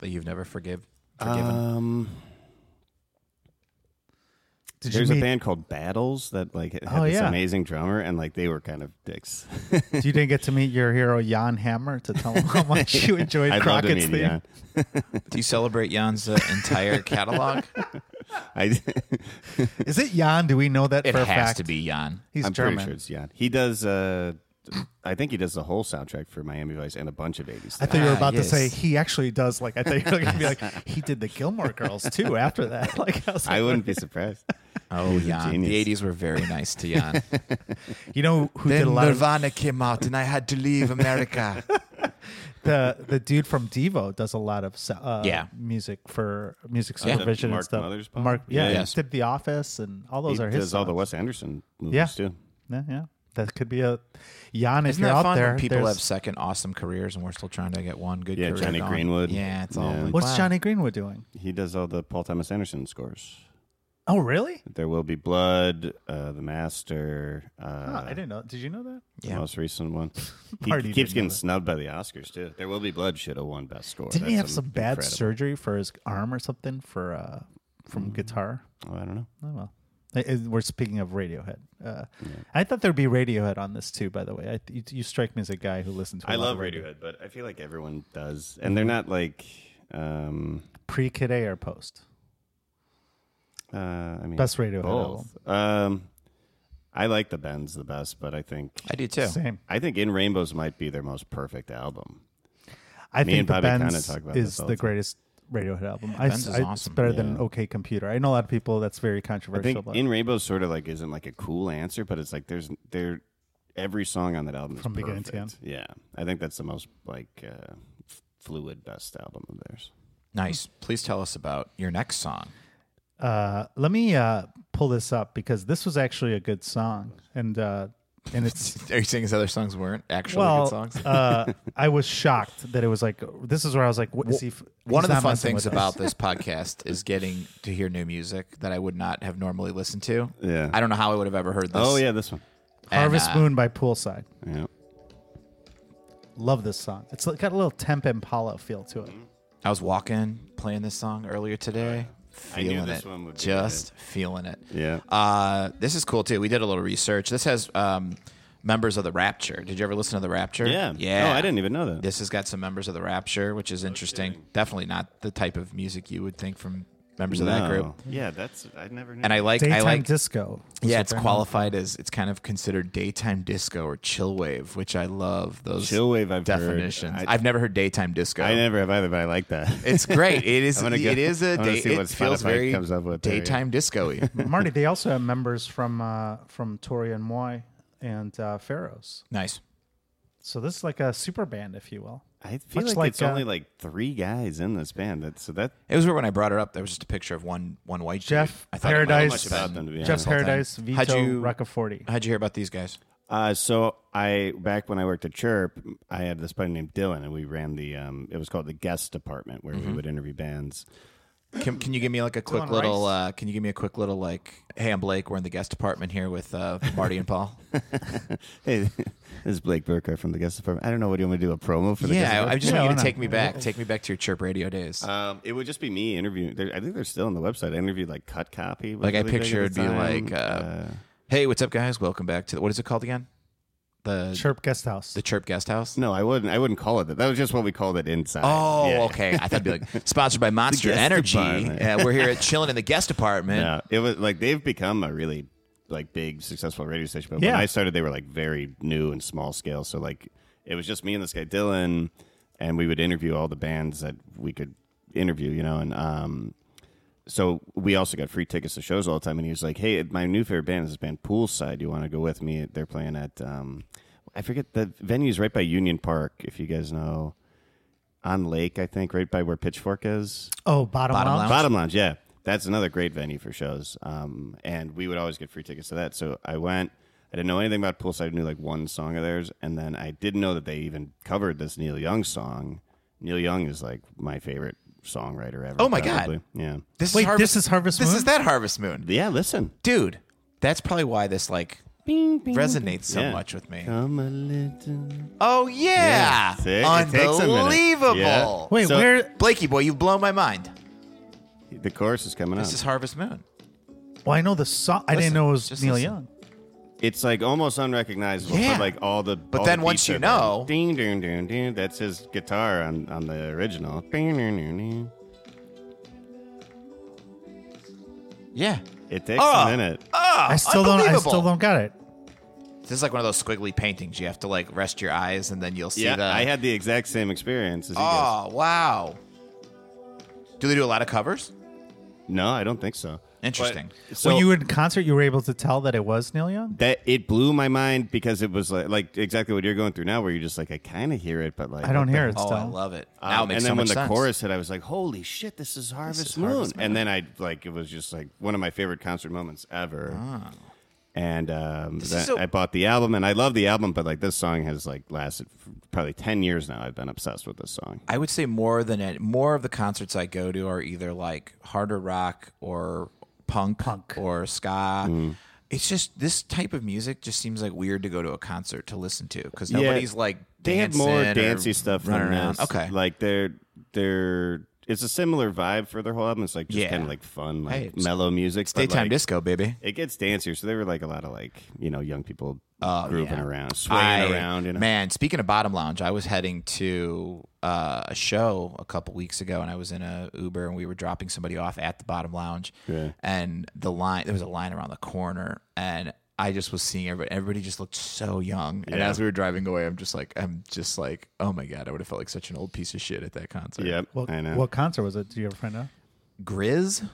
Speaker 2: that you've never forgive forgiven?
Speaker 1: Uh,
Speaker 4: Um,
Speaker 1: Did
Speaker 4: there's
Speaker 1: you
Speaker 4: a
Speaker 1: meet,
Speaker 4: band called Battles that like had
Speaker 1: Oh,
Speaker 4: this
Speaker 1: yeah.
Speaker 4: amazing drummer, and like they were kind of dicks.
Speaker 1: You didn't get to meet your hero Jan Hammer to tell him how much you enjoyed
Speaker 4: I'd love to
Speaker 1: Crockett's
Speaker 4: meet
Speaker 1: theme.
Speaker 4: Jan.
Speaker 2: Do you celebrate Jan's uh, entire catalog?
Speaker 4: I,
Speaker 1: Is it Jan? Do we know that
Speaker 2: It
Speaker 1: for a
Speaker 2: has
Speaker 1: fact?
Speaker 2: to be Jan.
Speaker 1: He's
Speaker 4: I'm
Speaker 1: German.
Speaker 4: pretty sure it's Jan. He does. Uh, I think he does the whole soundtrack for Miami Vice and a bunch of 80s.
Speaker 1: I thought you were
Speaker 2: Ah,
Speaker 1: about
Speaker 2: yes.
Speaker 1: to say he actually does. Like I thought you were going to be like he did the Gilmore Girls too. After that, like I was like,
Speaker 4: I wouldn't be surprised.
Speaker 2: Oh,
Speaker 4: He's a
Speaker 2: Jan.
Speaker 4: genius.
Speaker 2: The eighties were very nice to Jan.
Speaker 1: you know who did a lot of
Speaker 2: came out, and I had to leave America.
Speaker 1: the the dude from Devo does a lot of so- uh,
Speaker 2: Yeah.
Speaker 1: music for music
Speaker 2: Yeah.
Speaker 1: supervision and
Speaker 4: Mark
Speaker 1: stuff.
Speaker 4: Mothersbaugh?
Speaker 1: Mark, yeah,
Speaker 4: Yeah.
Speaker 1: he
Speaker 2: Yes.
Speaker 1: did The Office and all those
Speaker 4: he
Speaker 1: are
Speaker 4: does
Speaker 1: his.
Speaker 4: all the
Speaker 1: songs.
Speaker 4: Wes Anderson movies
Speaker 1: Yeah.
Speaker 4: too.
Speaker 1: yeah, yeah. That could be a Jan.
Speaker 2: Isn't
Speaker 1: if you're
Speaker 2: that
Speaker 1: out
Speaker 2: fun
Speaker 1: there,
Speaker 2: when people
Speaker 1: there's-
Speaker 2: have second awesome careers, and we're still trying to get one good
Speaker 4: Yeah,
Speaker 2: career?
Speaker 4: Johnny
Speaker 2: going?
Speaker 4: Greenwood.
Speaker 2: Yeah, it's all.
Speaker 4: Yeah.
Speaker 2: like,
Speaker 1: What's
Speaker 2: wow.
Speaker 1: Johnny Greenwood doing?
Speaker 4: He does all the Paul Thomas Anderson scores.
Speaker 1: Oh, really?
Speaker 4: There will be blood. Uh, the Master. Uh,
Speaker 1: Huh, Oh, I didn't know. Did you know that?
Speaker 4: the
Speaker 2: Yeah.
Speaker 4: most recent one. He
Speaker 1: Party didn't
Speaker 4: keeps
Speaker 1: know
Speaker 4: getting
Speaker 1: that.
Speaker 4: snubbed by the Oscars too. There will be blood. Should have won best score.
Speaker 1: Didn't he
Speaker 4: That's
Speaker 1: have some bad
Speaker 4: incredible-
Speaker 1: surgery for his arm or something for uh, from guitar?
Speaker 4: Oh, I don't know.
Speaker 1: Oh well. I- I- We're speaking of Radiohead. Uh, I thought there'd be Radiohead on this too. By the way, I, you, you strike me as a guy who listens to. I Mm-hmm.
Speaker 4: I love Radiohead, but I feel like everyone does, and they're not like. Um,
Speaker 1: Pre Kid A or post?
Speaker 4: uh, I mean,
Speaker 1: Best Radiohead
Speaker 4: both. Um, I like the Bends the best, but I think
Speaker 2: I do too.
Speaker 1: Same.
Speaker 4: I think In Rainbows might be their most perfect album.
Speaker 1: I
Speaker 4: Me
Speaker 1: think
Speaker 4: and
Speaker 1: the
Speaker 4: Bobby kinda
Speaker 1: Benz
Speaker 4: talk about this
Speaker 1: is
Speaker 4: all
Speaker 1: the
Speaker 4: the time.
Speaker 1: greatest Radiohead album. I,
Speaker 2: Benz is
Speaker 1: I- It's
Speaker 2: awesome.
Speaker 1: better than
Speaker 4: Yeah.
Speaker 1: OK Computer. I know a lot of people that's very
Speaker 4: I
Speaker 1: controversial.
Speaker 4: think
Speaker 1: but
Speaker 4: In Rainbows sort of like isn't like a cool answer, but it's like there's there every song on that album is
Speaker 1: From beginning to
Speaker 4: perfect. Yeah, I think that's the most like uh, f- fluid best album of theirs.
Speaker 2: Nice. Please tell us about your next song.
Speaker 1: uh, let me uh, pull this up because this was actually a good song, and uh, and it's
Speaker 2: Are you saying his other songs weren't actually
Speaker 1: well,
Speaker 2: good songs?
Speaker 1: uh, I was shocked that it was like this is where I was like, what is he? f-
Speaker 2: One
Speaker 1: he's
Speaker 2: of the
Speaker 1: not
Speaker 2: fun
Speaker 1: messing
Speaker 2: things
Speaker 1: with us.
Speaker 2: about this podcast is getting to hear new music that I would not have normally listened to.
Speaker 4: Yeah.
Speaker 2: I don't know how I would have ever heard this.
Speaker 4: Oh yeah, this one.
Speaker 2: And,
Speaker 1: Harvest
Speaker 2: uh,
Speaker 1: Moon by Poolside.
Speaker 4: Yeah,
Speaker 1: Love this song. It's got a little Temp Impala feel to it.
Speaker 2: Mm-hmm. I was walking, playing this song earlier today.
Speaker 4: I knew
Speaker 2: Feeling
Speaker 4: this
Speaker 2: it.
Speaker 4: one would be
Speaker 2: Just feeling it.
Speaker 4: yeah.
Speaker 2: Uh, this is cool too. We did a little research. This has um, members of the Rapture. Did you ever listen to the Rapture?
Speaker 4: yeah.
Speaker 2: Yeah.
Speaker 4: Oh, I didn't even know that.
Speaker 2: This has got some members of the Rapture, which is interesting. Definitely not the type of music you would think from members of that group.
Speaker 4: Yeah, that's I never knew.
Speaker 2: And I like
Speaker 1: Daytime
Speaker 2: I like
Speaker 1: disco.
Speaker 2: yeah, it's
Speaker 1: qualified.
Speaker 2: qualified as it's kind of considered daytime disco or chill wave, which I love those
Speaker 4: Chillwave I've heard.
Speaker 2: definitions.
Speaker 4: I-
Speaker 2: I've never heard daytime disco.
Speaker 4: I never have either, but I like that.
Speaker 2: It's great. It is.
Speaker 4: I'm gonna go-
Speaker 2: it is a
Speaker 4: I wanna
Speaker 2: day.
Speaker 4: see
Speaker 2: It
Speaker 4: what
Speaker 2: feels
Speaker 4: Spotify
Speaker 2: very
Speaker 4: comes up with there, yeah.
Speaker 2: daytime disco-y.
Speaker 1: Marty, they also have members from uh, from Tori and Moy and uh, Pharaohs.
Speaker 2: nice.
Speaker 1: So this is like a super band, if you will.
Speaker 4: I feel
Speaker 1: Much
Speaker 4: like,
Speaker 1: like,
Speaker 4: it's
Speaker 1: uh,
Speaker 4: only like three guys in this band. That so that
Speaker 2: It was weird when I brought it up. There was just a picture of one one white dude.
Speaker 1: Jeff
Speaker 2: I thought you might know
Speaker 1: Paradise-
Speaker 2: much about
Speaker 4: About them, to be
Speaker 2: them.
Speaker 4: honest.
Speaker 1: Jeff's
Speaker 4: Whole
Speaker 2: thing.
Speaker 1: Paradise,
Speaker 2: How'd
Speaker 1: Vito,
Speaker 2: you-
Speaker 1: Rucka 40.
Speaker 2: How'd you hear about these guys?
Speaker 4: Uh, so I back when I worked at Chirp, I had this buddy named Dylan, and we ran the um, it was called the guest department where we would interview bands.
Speaker 2: Can, can you give me like a quick
Speaker 1: Dylan
Speaker 2: little?
Speaker 1: Rice.
Speaker 2: Uh, can you give me a quick little like? Hey, I'm Blake. We're in the guest department here with uh, Marty and Paul.
Speaker 4: Hey, this is Blake Burker from the guest department. I don't know what do you want me to do a promo for the
Speaker 2: yeah,
Speaker 4: guest
Speaker 2: I, I
Speaker 4: department?
Speaker 2: just
Speaker 1: Yeah,
Speaker 2: want
Speaker 1: why
Speaker 2: you to
Speaker 1: not?
Speaker 2: take me back. Take me back to your chirp radio days.
Speaker 4: Um, it would just be me interviewing. There, I think they're still on the website. I interviewed like Cut Copy. was
Speaker 2: Like, I
Speaker 4: really big at
Speaker 2: picture
Speaker 4: the
Speaker 2: it'd be
Speaker 4: time.
Speaker 2: like, uh, hey, what's up, guys? Welcome back to the, what is it called again? The
Speaker 1: Chirp Guest House.
Speaker 2: the chirp guest house.
Speaker 4: no, I wouldn't. I wouldn't call it that. That was just what we called it inside.
Speaker 2: Oh,
Speaker 4: Yeah, yeah.
Speaker 2: okay. I thought it'd be like sponsored by Monster
Speaker 4: guest
Speaker 2: Energy.
Speaker 4: department.
Speaker 2: Yeah, we're here at chilling in the guest department.
Speaker 4: Yeah, it was like they've become a really like big successful radio station. But
Speaker 1: Yeah.
Speaker 4: when I started, they were like very new and small scale. So like it was just me and this guy Dylan, and we would interview all the bands that we could interview, you know. And um, so we also got free tickets to shows all the time. And he was like, "Hey, my new favorite band is this band Poolside. You want to go with me? They're playing at um, I forget the venue's right by Union Park. If you guys know." On Lake, I think, right by where Pitchfork is.
Speaker 1: oh, Bottom,
Speaker 2: Bottom
Speaker 1: Lounge.
Speaker 2: Lounge.
Speaker 4: Bottom Lounge, yeah. That's another great venue for shows. Um, and we would always get free tickets to that. So I went. I didn't know anything about Poolside. I knew like one song of theirs. And then I didn't know that they even covered this Neil Young song. Neil Young is like my favorite songwriter ever.
Speaker 2: Oh, my God.
Speaker 4: God. Yeah.
Speaker 2: This
Speaker 1: Wait,
Speaker 2: is Harvest,
Speaker 1: this is Harvest
Speaker 2: This
Speaker 1: Moon?
Speaker 2: is that Harvest Moon,
Speaker 4: Yeah, listen.
Speaker 2: dude. That's probably why this like
Speaker 4: Bing, bing,
Speaker 2: resonates so
Speaker 4: Yeah.
Speaker 2: much with me.
Speaker 4: Come a little.
Speaker 2: Oh yeah,
Speaker 4: See, it takes a minute.
Speaker 2: unbelievable.
Speaker 4: Yeah.
Speaker 1: Wait,
Speaker 4: So-
Speaker 1: where?
Speaker 2: Blakey boy, you've blown my mind.
Speaker 4: The chorus is coming up.
Speaker 2: This is Harvest Moon.
Speaker 1: Well, I know the song. I
Speaker 2: Listen,
Speaker 1: didn't know it was
Speaker 2: just
Speaker 1: Neil
Speaker 2: listen.
Speaker 1: Young.
Speaker 4: It's like almost unrecognizable.
Speaker 2: Yeah.
Speaker 4: But like all the. But
Speaker 2: then once you know-
Speaker 4: Ding, ding, ding, ding. That's his guitar on, on the original. Ding, ding, ding, ding.
Speaker 2: Yeah.
Speaker 4: It takes
Speaker 2: Oh.
Speaker 4: a minute.
Speaker 1: I still don't. I still don't got it.
Speaker 2: This is like one of those squiggly paintings. You have to like rest your eyes and then you'll see
Speaker 4: yeah,
Speaker 2: the.
Speaker 4: I had the exact same experience as you
Speaker 1: Ah.
Speaker 4: guys.
Speaker 2: oh wow. Do they do a lot of covers?
Speaker 4: No, I don't think so.
Speaker 2: Interesting.
Speaker 4: But- so
Speaker 1: when you were in concert, you were able to tell that it was Neil Young.
Speaker 4: that it blew my mind because it was like, like exactly what you're going through now, where you're just like, I kind of hear it, but like
Speaker 1: I don't
Speaker 4: what the
Speaker 1: hear
Speaker 4: hell?
Speaker 1: it.
Speaker 2: oh, I
Speaker 1: still.
Speaker 2: love it.
Speaker 4: Um,
Speaker 2: Now it makes
Speaker 4: and then
Speaker 2: so
Speaker 4: when
Speaker 2: much
Speaker 4: the
Speaker 2: sense.
Speaker 4: chorus hit, I was like, "Holy shit, this is Harvest
Speaker 2: is
Speaker 4: Moon!"
Speaker 2: Harvest Moon.
Speaker 4: And then I like it was just like one of my favorite concert moments ever. And um,
Speaker 2: Ah. This
Speaker 4: then
Speaker 2: is so-
Speaker 4: I bought the album, and I love the album, but like this song has like lasted for probably ten years now. I've been obsessed with this song.
Speaker 2: I would say more than it, more of the concerts I go to are either like harder rock or punk,
Speaker 1: Punk.
Speaker 2: or ska. It's just this type of music just seems like weird to go to a concert to listen to because
Speaker 4: Yeah.
Speaker 2: nobody's like
Speaker 4: they had
Speaker 2: dancing
Speaker 4: more
Speaker 2: or
Speaker 4: dancey stuff
Speaker 2: running
Speaker 4: than
Speaker 2: around.
Speaker 4: this.
Speaker 2: Okay,
Speaker 4: like they're they're it's a similar vibe for their whole album. It's like just
Speaker 2: Yeah.
Speaker 4: kind of like fun,
Speaker 2: Hey,
Speaker 4: like
Speaker 2: it's-
Speaker 4: mellow music. but,
Speaker 2: daytime
Speaker 4: like,
Speaker 2: disco, baby.
Speaker 4: It gets dancier, so there were like a lot of like you know young people
Speaker 2: Oh,
Speaker 4: grooving
Speaker 2: yeah.
Speaker 4: around, swaying
Speaker 2: I-
Speaker 4: around. You know?
Speaker 2: Man, speaking of Bottom Lounge, I was heading to uh, a show a couple weeks ago, and I was in a Uber, and we were dropping somebody off at the Bottom Lounge,
Speaker 4: Yeah.
Speaker 2: and the line there was a line around the corner, and I just was seeing everybody. Everybody just looked so young, and
Speaker 4: Yeah.
Speaker 2: as we were driving away, I'm just like, I'm just like, oh my god, I would have felt like such an old piece of shit at that concert.
Speaker 4: Yep,
Speaker 1: What,
Speaker 4: I know.
Speaker 1: what concert was it? Do you ever find out?
Speaker 2: Grizz.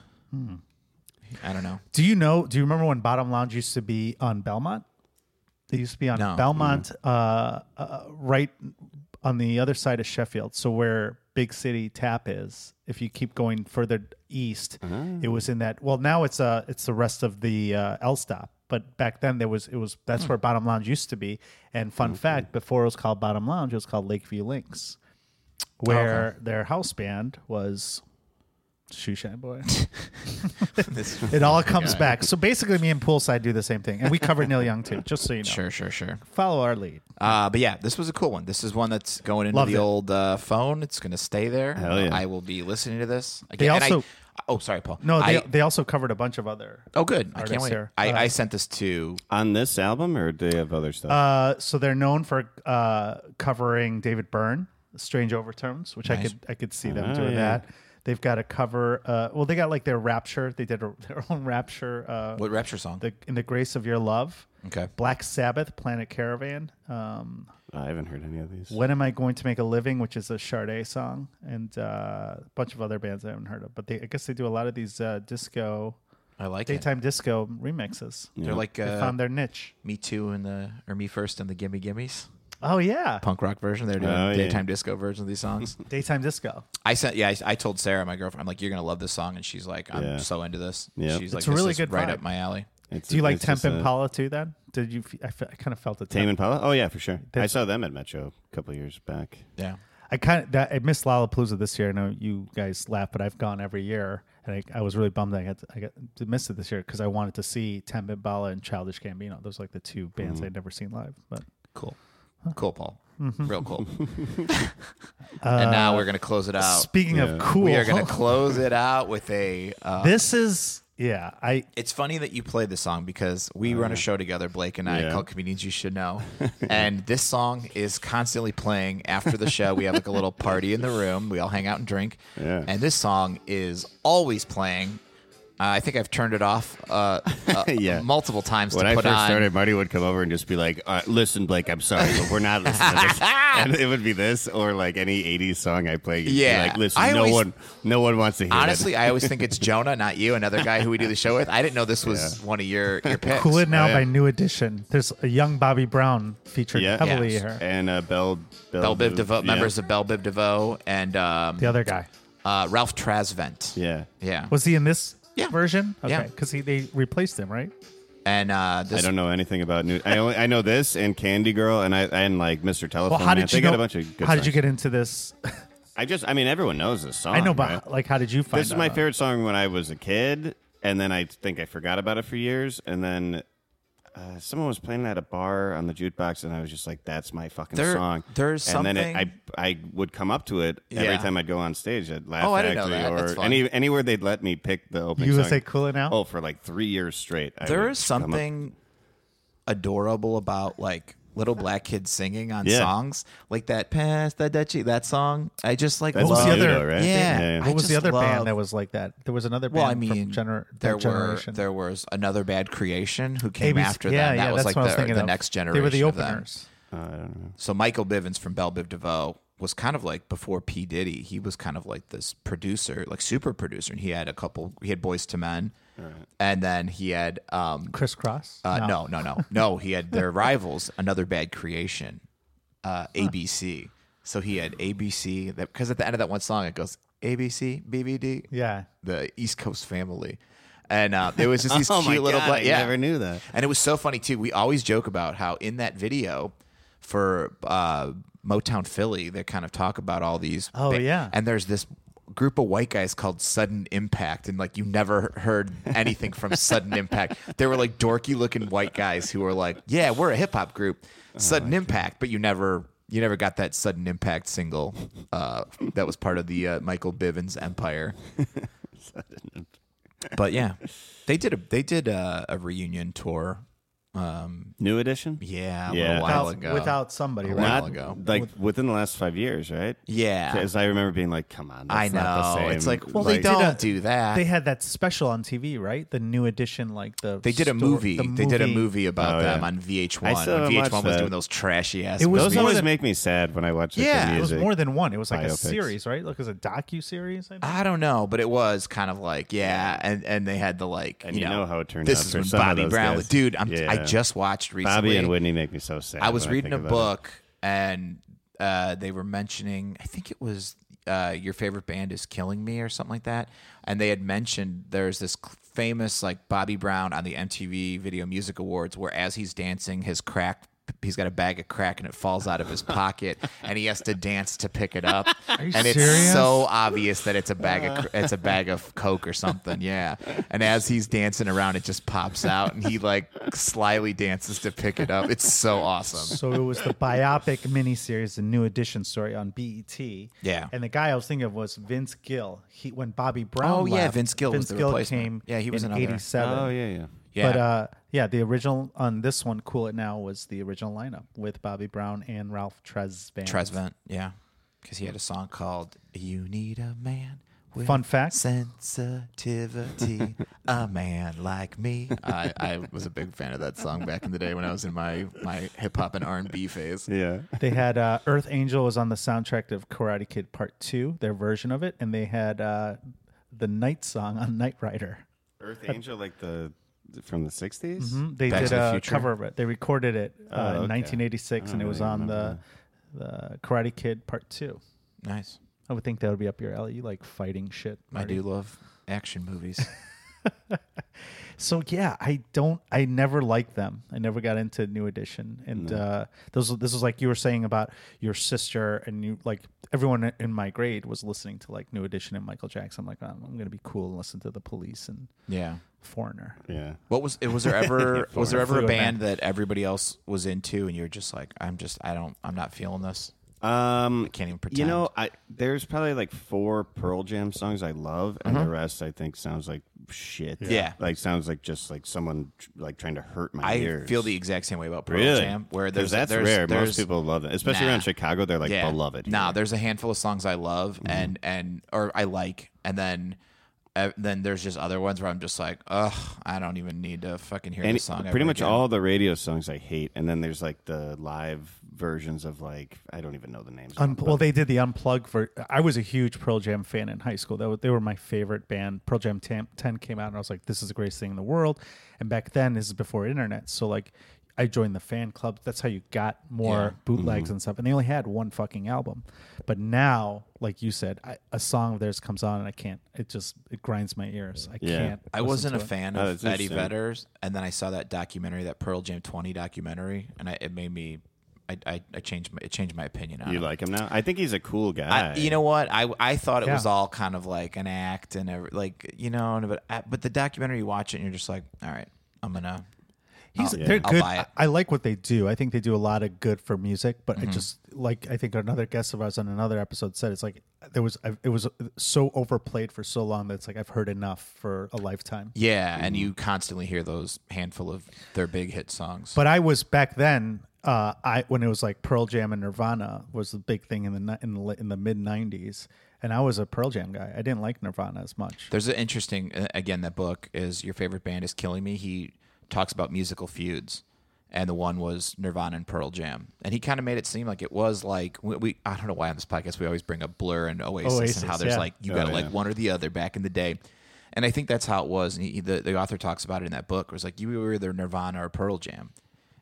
Speaker 2: I don't know.
Speaker 1: Do you know? Do you remember when Bottom Lounge used to be on Belmont? They used to be on
Speaker 2: No.
Speaker 1: Belmont, uh, uh, right on the other side of Sheffield. So where Big City Tap is. If you keep going further east, it was in that. Well, now it's uh it's the rest of the uh, L stop. But back then there was it was that's where Bottom Lounge used to be. And fun fact, before it was called Bottom Lounge, it was called Lakeview Links, where their house band was Shoeshine Boy.
Speaker 2: This-
Speaker 1: It all comes back. So basically, me and Poolside do the same thing, and we cover Neil Young too. Just so you know,
Speaker 2: sure, sure, sure.
Speaker 1: follow our lead.
Speaker 2: Uh, but yeah, this was a cool one. This is one that's going into
Speaker 1: Loved
Speaker 2: the
Speaker 1: it.
Speaker 2: old uh, phone. It's going to stay there.
Speaker 4: Hell yeah.
Speaker 2: I will be listening to this again.
Speaker 1: They
Speaker 2: And I-
Speaker 1: also-
Speaker 2: oh, sorry, Paul.
Speaker 1: No, they,
Speaker 2: I,
Speaker 1: they also covered a bunch of other.
Speaker 2: oh, good. I can't
Speaker 1: artists
Speaker 2: wait.
Speaker 1: here.
Speaker 2: I,
Speaker 1: Uh,
Speaker 2: I sent this to.
Speaker 4: On this album, or do they have other stuff?
Speaker 1: Uh, so they're known for uh, covering David Byrne, "Strange Overtones," which I could I could see them
Speaker 4: Oh,
Speaker 2: Ah,
Speaker 1: doing
Speaker 4: yeah.
Speaker 1: that. They've got a cover. Uh, well, they got like their Rapture. They did a, their own Rapture. Uh,
Speaker 2: What Rapture song?
Speaker 1: the in the grace of your love.
Speaker 2: Okay.
Speaker 1: Black Sabbath, Planet Caravan. Um,
Speaker 4: I haven't heard any of these.
Speaker 1: when am I going to make a living, which is a Sade song, and uh, a bunch of other bands I haven't heard of. But they, I guess they do a lot of these uh, disco,
Speaker 2: I like it.
Speaker 1: daytime disco remixes.
Speaker 2: They're like
Speaker 1: They
Speaker 2: uh,
Speaker 1: found their niche.
Speaker 2: Me Too and the or Me First and the Gimme Gimmes
Speaker 1: Oh yeah,
Speaker 2: punk rock version. They're doing
Speaker 4: Oh, yeah.
Speaker 2: daytime disco version of these songs.
Speaker 1: daytime disco.
Speaker 2: I sent yeah. I, I told Sarah my girlfriend. I'm like, you're gonna love this song, and she's like, I'm
Speaker 4: Yeah.
Speaker 2: so into this.
Speaker 4: Yeah.
Speaker 2: She's
Speaker 4: It's
Speaker 2: like,
Speaker 1: a
Speaker 2: this
Speaker 1: really
Speaker 2: is
Speaker 1: good
Speaker 2: right
Speaker 1: vibe.
Speaker 2: up my alley.
Speaker 4: It's-
Speaker 1: Do you like
Speaker 4: it's
Speaker 1: Temp
Speaker 4: just
Speaker 1: and
Speaker 4: a-
Speaker 1: Impala too? Then did you? f- I, fe- I kind of felt the
Speaker 4: Tame
Speaker 1: Temp-
Speaker 4: Impala? Oh yeah, for sure. I saw them at Metro a couple of years back.
Speaker 2: Yeah.
Speaker 1: I kind of that, I missed Lollapalooza this year. I know you guys laugh, but I've gone every year, and I, I was really bummed that I got to, I got to miss it this year because I wanted to see Temp Impala and Childish Gambino. Those are like the two bands I'd never seen live. But
Speaker 2: Cool. Cool, Paul.
Speaker 4: Mm-hmm.
Speaker 2: Real cool. and
Speaker 4: Uh,
Speaker 2: now we're gonna close it out.
Speaker 1: speaking of cool,
Speaker 2: We are gonna close it out with a. Uh,
Speaker 1: this is yeah. I
Speaker 2: it's funny that you played this song because we run a show together, Blake and I,
Speaker 4: Oh, Yeah.
Speaker 2: called Comedians You Should Know, and this song is constantly playing after the show. We have like a little party in the room. We all hang out and drink,
Speaker 4: Yeah.
Speaker 2: and this song is always playing. Uh, I think I've turned it off uh, uh,
Speaker 4: Yeah.
Speaker 2: multiple times
Speaker 4: When
Speaker 2: to
Speaker 4: I
Speaker 2: put
Speaker 4: first
Speaker 2: on.
Speaker 4: started, Marty would come over and just be like, uh, "Listen, Blake, I'm sorry, but we're not listening to this." and it would be this or like any '80s song I play. You'd be
Speaker 2: Yeah.
Speaker 4: like listen,
Speaker 2: I
Speaker 4: no
Speaker 2: always-
Speaker 4: one, no one wants to hear
Speaker 2: Honestly, I always think it's Jonah, not you, another guy who we do the show with. I didn't know this was one of your your picks.
Speaker 1: Cool It Now
Speaker 4: Oh, yeah.
Speaker 1: by New Edition. There's a young Bobby Brown featured
Speaker 4: Yeah.
Speaker 1: heavily
Speaker 2: Yes.
Speaker 1: here.
Speaker 4: it. And uh, Bell,
Speaker 2: Bell Biv DeVoe,
Speaker 4: yeah.
Speaker 2: members of Bell Biv DeVoe, and um,
Speaker 1: The other guy
Speaker 2: uh, Ralph Trasvent.
Speaker 4: Yeah,
Speaker 2: Yeah.
Speaker 1: was he in this
Speaker 2: Yeah.
Speaker 1: version? Okay,
Speaker 2: Yeah.
Speaker 1: because he they replaced him, right?
Speaker 2: And uh, this
Speaker 4: I don't know anything about new. I only I know this and Candy Girl and I and like Mr. Telephone.
Speaker 1: Well, how did
Speaker 4: Man. they
Speaker 1: you
Speaker 4: got
Speaker 1: know,
Speaker 4: a bunch of good
Speaker 1: How did you
Speaker 4: songs.
Speaker 1: get into this?
Speaker 4: I just, I mean, everyone knows this song.
Speaker 1: I know, but
Speaker 4: right?
Speaker 1: like, how did you find?
Speaker 4: this is my
Speaker 1: out?
Speaker 4: favorite song when I was a kid, and then I think I forgot about it for years, and then uh, someone was playing it at a bar on the jukebox, and I was just like, "That's my fucking
Speaker 2: There-
Speaker 4: song."
Speaker 2: there's
Speaker 4: and then it,
Speaker 2: something-
Speaker 4: I I would come up to it every
Speaker 2: Yeah.
Speaker 4: time I'd go on stage at Laugh
Speaker 2: Oh, I
Speaker 4: Factory
Speaker 2: didn't know that. That's
Speaker 4: or
Speaker 2: fun.
Speaker 4: any anywhere they'd let me pick the opening.
Speaker 1: You would
Speaker 4: song.
Speaker 1: say "Cool It Now"?
Speaker 4: Oh, for like three years straight. I
Speaker 2: there
Speaker 4: would
Speaker 2: is
Speaker 4: come up-
Speaker 2: something adorable about like little black kids singing on
Speaker 4: Yeah.
Speaker 2: songs like that past that Dutchie that song. I just like
Speaker 4: That's
Speaker 1: What was the
Speaker 4: all you
Speaker 1: other-
Speaker 4: know, right?
Speaker 2: Yeah.
Speaker 4: yeah.
Speaker 2: I
Speaker 1: What was the
Speaker 2: just
Speaker 1: other
Speaker 2: love-
Speaker 1: band that was like that? There was another band
Speaker 2: Well, I mean,
Speaker 1: from gener-
Speaker 2: there
Speaker 1: that generation.
Speaker 2: were there was another bad creation who came
Speaker 1: ABC
Speaker 2: after
Speaker 1: yeah,
Speaker 2: them. That
Speaker 1: yeah,
Speaker 2: was
Speaker 1: that's
Speaker 2: like
Speaker 1: what I was
Speaker 2: the,
Speaker 1: thinking
Speaker 2: the
Speaker 1: of.
Speaker 2: next generation.
Speaker 1: They were the
Speaker 2: of them.
Speaker 1: openers.
Speaker 2: So Michael Bivins from Bell Biv DeVoe was kind of like before P Diddy. He was kind of like this producer, like super producer, and he had a couple. He had Boys to Men, and then he had um,
Speaker 1: Criss Cross.
Speaker 2: uh, no. no, no, no, He had their rivals, another bad creation, uh, ABC. So he had ABC because at the end of that one song it goes ABC BBD,
Speaker 1: Yeah.
Speaker 2: the East Coast Family, and uh, it was just these
Speaker 4: Oh my
Speaker 2: cute little
Speaker 4: God,
Speaker 2: black-
Speaker 4: I
Speaker 2: yeah.
Speaker 4: never knew that.
Speaker 2: And it was so funny too. We always joke about how in that video for uh, Motown Philly, they kind of talk about all these.
Speaker 1: Oh, yeah.
Speaker 2: and there's this group of white guys called Sudden Impact, and like you never heard anything from Sudden Impact. They were like dorky looking white guys who were like, "Yeah, we're a hip hop group, Sudden Impact," but you never. You never got that sudden impact single uh, that was part of the uh, Michael Bivins empire but yeah, they did a they did a, a reunion tour. Um,
Speaker 4: New edition.
Speaker 2: yeah, a
Speaker 4: Yeah.
Speaker 2: little while
Speaker 1: Without,
Speaker 2: ago.
Speaker 1: without somebody,
Speaker 2: A
Speaker 1: right?
Speaker 2: while
Speaker 4: Not
Speaker 2: ago.
Speaker 4: like within the last five years, right?
Speaker 2: yeah,
Speaker 4: Because I remember being like, "Come on, that's
Speaker 2: I
Speaker 4: Not the
Speaker 2: know.
Speaker 4: same.
Speaker 2: It's like well, they
Speaker 1: did
Speaker 2: don't
Speaker 1: a-
Speaker 2: do that.
Speaker 1: They had that special on TV, right? The new edition, like the
Speaker 2: They did a
Speaker 1: sto-
Speaker 2: movie.
Speaker 1: the
Speaker 2: They did a movie about
Speaker 4: Oh, yeah.
Speaker 2: them on VH1.
Speaker 4: I still
Speaker 2: When
Speaker 4: haven't
Speaker 2: VH1
Speaker 4: watched
Speaker 2: was
Speaker 4: that.
Speaker 2: doing those trashy ass.
Speaker 1: It was
Speaker 4: Those
Speaker 1: more
Speaker 4: always
Speaker 1: than-
Speaker 4: make me sad when I watch like,
Speaker 2: Yeah.
Speaker 4: the
Speaker 2: It
Speaker 1: It
Speaker 4: music.
Speaker 1: was more than one. It was like a
Speaker 4: Biopics.
Speaker 1: series, right? Like it was a docu series. I think.
Speaker 2: I don't know, but it was kind of like yeah, and and they had the like
Speaker 4: And you know how it turned
Speaker 2: This
Speaker 4: out
Speaker 2: is
Speaker 4: for
Speaker 2: when
Speaker 4: some of
Speaker 2: Bobby
Speaker 4: those
Speaker 2: Brown,
Speaker 4: guys.
Speaker 2: dude. I'm, I
Speaker 4: Yeah.
Speaker 2: just watched recently.
Speaker 4: Bobby and Whitney make me so sad.
Speaker 2: I was
Speaker 4: when
Speaker 2: reading a
Speaker 4: think about
Speaker 2: book and uh, they were mentioning, I think it was uh, your favorite band is Killing Me or something like that. And they had mentioned there's this cl- famous like Bobby Brown on the MTV Video Music Awards where as he's dancing, his crack. He's got a bag of crack and it falls out of his pocket, and he has to dance to pick it up.
Speaker 1: you
Speaker 2: and it's
Speaker 1: serious?
Speaker 2: so obvious that it's a bag of cr- it's a bag of coke or something. Yeah. And as he's dancing around, it just pops out, and he like slyly dances to pick it up. It's so awesome.
Speaker 1: So it was the biopic miniseries, the new edition story on BET.
Speaker 2: Yeah.
Speaker 1: And the guy I was thinking of was Vince Gill. He when Bobby Brown.
Speaker 2: Oh, yeah,
Speaker 1: left,
Speaker 2: Vince Gill was
Speaker 1: Vince
Speaker 2: the
Speaker 1: Gill
Speaker 2: replacement.
Speaker 1: came.
Speaker 2: Yeah, he was
Speaker 1: in
Speaker 2: another.
Speaker 4: it.
Speaker 1: '87.
Speaker 4: Oh yeah, yeah.
Speaker 2: Yeah.
Speaker 1: But uh, yeah, the original on this one, Cool It Now, was the original lineup with Bobby Brown and Ralph Tresvant.
Speaker 2: Trezvent, yeah, because he had a song called "You Need a Man
Speaker 1: Fun fact.
Speaker 2: sensitivity. a man like me. I, I was a big fan of that song back in the day when I was in my my hip hop and R and B phase.
Speaker 4: Yeah.
Speaker 1: They had uh, Earth Angel was on the soundtrack of Karate Kid Part Two, their version of it, and they had uh, the Night song on Night Rider.
Speaker 4: Earth Angel, like the from the 60s?
Speaker 1: Mm, They
Speaker 2: Hmm, Back
Speaker 1: did
Speaker 2: to the
Speaker 1: a
Speaker 2: Future?
Speaker 1: cover of it. They recorded it uh,
Speaker 4: Oh, okay.
Speaker 1: in 1986,
Speaker 4: I
Speaker 1: and it
Speaker 4: don't
Speaker 1: was
Speaker 4: really
Speaker 1: on the, the Karate Kid Part Two.
Speaker 2: Nice.
Speaker 1: I would think that would be up your alley. You like fighting shit.
Speaker 2: I
Speaker 1: Marty.
Speaker 2: do love action movies.
Speaker 1: So yeah, I don't. I never liked them. I never got into New Edition, and uh, those. This was like you were saying about your sister, and you like everyone in my grade was listening to like New Edition and Michael Jackson. I'm like, "Oh, I'm gonna be cool and listen to the Police and
Speaker 2: yeah.
Speaker 1: Foreigner.
Speaker 4: Yeah.
Speaker 2: What was it? Was there ever was there ever a
Speaker 1: Fleetwood
Speaker 2: band that everybody else was into and you're just like I'm just I don't I'm not feeling this.
Speaker 4: Um,
Speaker 2: can't even
Speaker 4: You know,
Speaker 2: pretend.
Speaker 4: I there's probably like four Pearl Jam songs I love, and the rest I think sounds like shit.
Speaker 2: Mm-hmm. Yeah.
Speaker 4: like sounds like just like someone tr- like trying to hurt my
Speaker 2: I
Speaker 4: ears.
Speaker 2: feel the exact same way about Pearl
Speaker 4: really
Speaker 2: Jam. Where
Speaker 4: 'Cause
Speaker 2: there's
Speaker 4: that's
Speaker 2: there's,
Speaker 4: rare.
Speaker 2: There's,
Speaker 4: Most people love it, especially
Speaker 2: Nah.
Speaker 4: around Chicago. They're like beloved. Mm-hmm. here.
Speaker 2: Nah, there's a handful of songs I love and and or I like, and then uh, then there's just other ones where I'm just like, ugh, I don't even need to fucking hear
Speaker 4: Any-
Speaker 2: this song.
Speaker 4: pretty
Speaker 2: ever
Speaker 4: much
Speaker 2: again."
Speaker 4: all the radio songs I hate, and then there's like the live versions of like I don't even know the
Speaker 2: Oh,
Speaker 4: names. of
Speaker 1: Un-
Speaker 4: them,
Speaker 1: well,
Speaker 4: but-
Speaker 1: they did the unplug for. I was a huge Pearl Jam fan in high school. That was, they were my favorite band. Pearl Jam Tam- Ten came out, and I was like, "This is the greatest thing in the world." And back then, this is before internet, so like, I joined the fan club. That's how you got more
Speaker 2: Yeah.
Speaker 1: bootlegs
Speaker 4: Mm-hmm.
Speaker 1: and stuff. And they only had one fucking album, but now, like you said, I, a song of theirs comes on, and I can't. It just it grinds my ears. I
Speaker 4: Yeah.
Speaker 1: can't.
Speaker 2: I
Speaker 1: listen
Speaker 2: wasn't
Speaker 1: to
Speaker 2: a
Speaker 1: it.
Speaker 2: fan
Speaker 4: Oh,
Speaker 2: of
Speaker 4: that's
Speaker 2: Eddie
Speaker 4: interesting.
Speaker 2: Vedder's, and then I saw that documentary, that Pearl Jam 20 documentary, and I, it made me, I, I, I changed my, it changed my opinion on
Speaker 4: you
Speaker 2: it.
Speaker 4: like him now? I think he's a cool guy.
Speaker 2: I, you know what? I, I thought it was
Speaker 1: Yeah.
Speaker 2: all kind of like an act and every, like you know, and- but I- but the documentary you watch it and you're just like, all right, I'm gonna.
Speaker 1: He's,
Speaker 2: I'll-
Speaker 1: they're
Speaker 2: I'll
Speaker 1: good.
Speaker 2: buy
Speaker 1: I,
Speaker 2: it.
Speaker 1: I like what they do. I think they do a lot of good for music, but
Speaker 2: Mm-hmm.
Speaker 1: I just like I think another guest of ours on another episode said it's like there was it was so overplayed for so long that it's like I've heard enough for a lifetime.
Speaker 2: Yeah, and you constantly hear those handful of their big hit songs.
Speaker 1: But I was back then. Uh, I when it was like Pearl Jam and Nirvana was the big thing in the ni- in the, li- in the mid '90s, and I was a Pearl Jam guy. I didn't like Nirvana as much.
Speaker 2: There's an interesting uh, again that book is your favorite band is killing me. He talks about musical feuds, and the one was Nirvana and Pearl Jam, and he kind of made it seem like it was like we, we I don't know why on this podcast we always bring up Blur and Oasis,
Speaker 1: Oasis,
Speaker 2: and how there's
Speaker 1: yeah.
Speaker 2: like you
Speaker 4: Oh,
Speaker 2: got to
Speaker 4: yeah.
Speaker 2: like one or the other back in the day. And I think that's how it was. And he, the, the author talks about it in that book. It was like you were either Nirvana or Pearl Jam.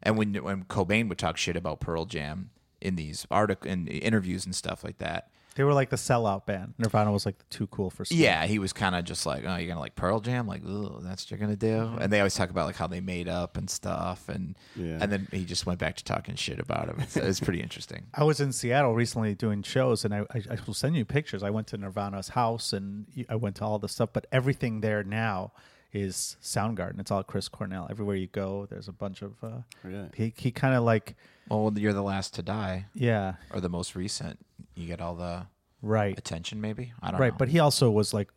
Speaker 2: And when when Cobain would talk shit about Pearl Jam in these article in interviews and stuff like that,
Speaker 1: They were like the sellout band. Nirvana was like the too cool for school.
Speaker 2: yeah, he was kind of just like, oh, you're gonna like Pearl Jam, like, ooh, that's what you're gonna do. And they always talk about like how they made up and stuff, and
Speaker 4: Mm-hmm. Yeah.
Speaker 2: and then he just went back to talking shit about him. It's, it's pretty interesting.
Speaker 1: I was in Seattle recently doing shows, and I, I, I will send you pictures. I went to Nirvana's house, and I went to all this stuff, but everything there now is Soundgarden. It's all Chris Cornell. Everywhere you go, there's a bunch of. Uh,
Speaker 4: Really?
Speaker 1: He he kind of like
Speaker 2: Well, you're the last to die,
Speaker 1: yeah
Speaker 2: or the most recent. You get all the
Speaker 1: right
Speaker 2: attention, maybe. I don't
Speaker 1: right,
Speaker 2: know.
Speaker 1: but he also was like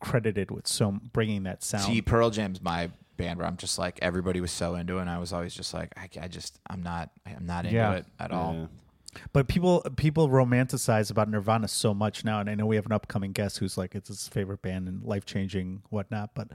Speaker 1: credited with so bringing that sound.
Speaker 2: see, Pearl Jam's my band where I'm just like everybody was so into, it, and I was always just like, I, I just I'm not I'm not into
Speaker 1: Yeah.
Speaker 2: it at all.
Speaker 4: Yeah.
Speaker 1: But people people romanticize about Nirvana so much now, and I know we have an upcoming guest who's like it's his favorite band and life changing whatnot, but.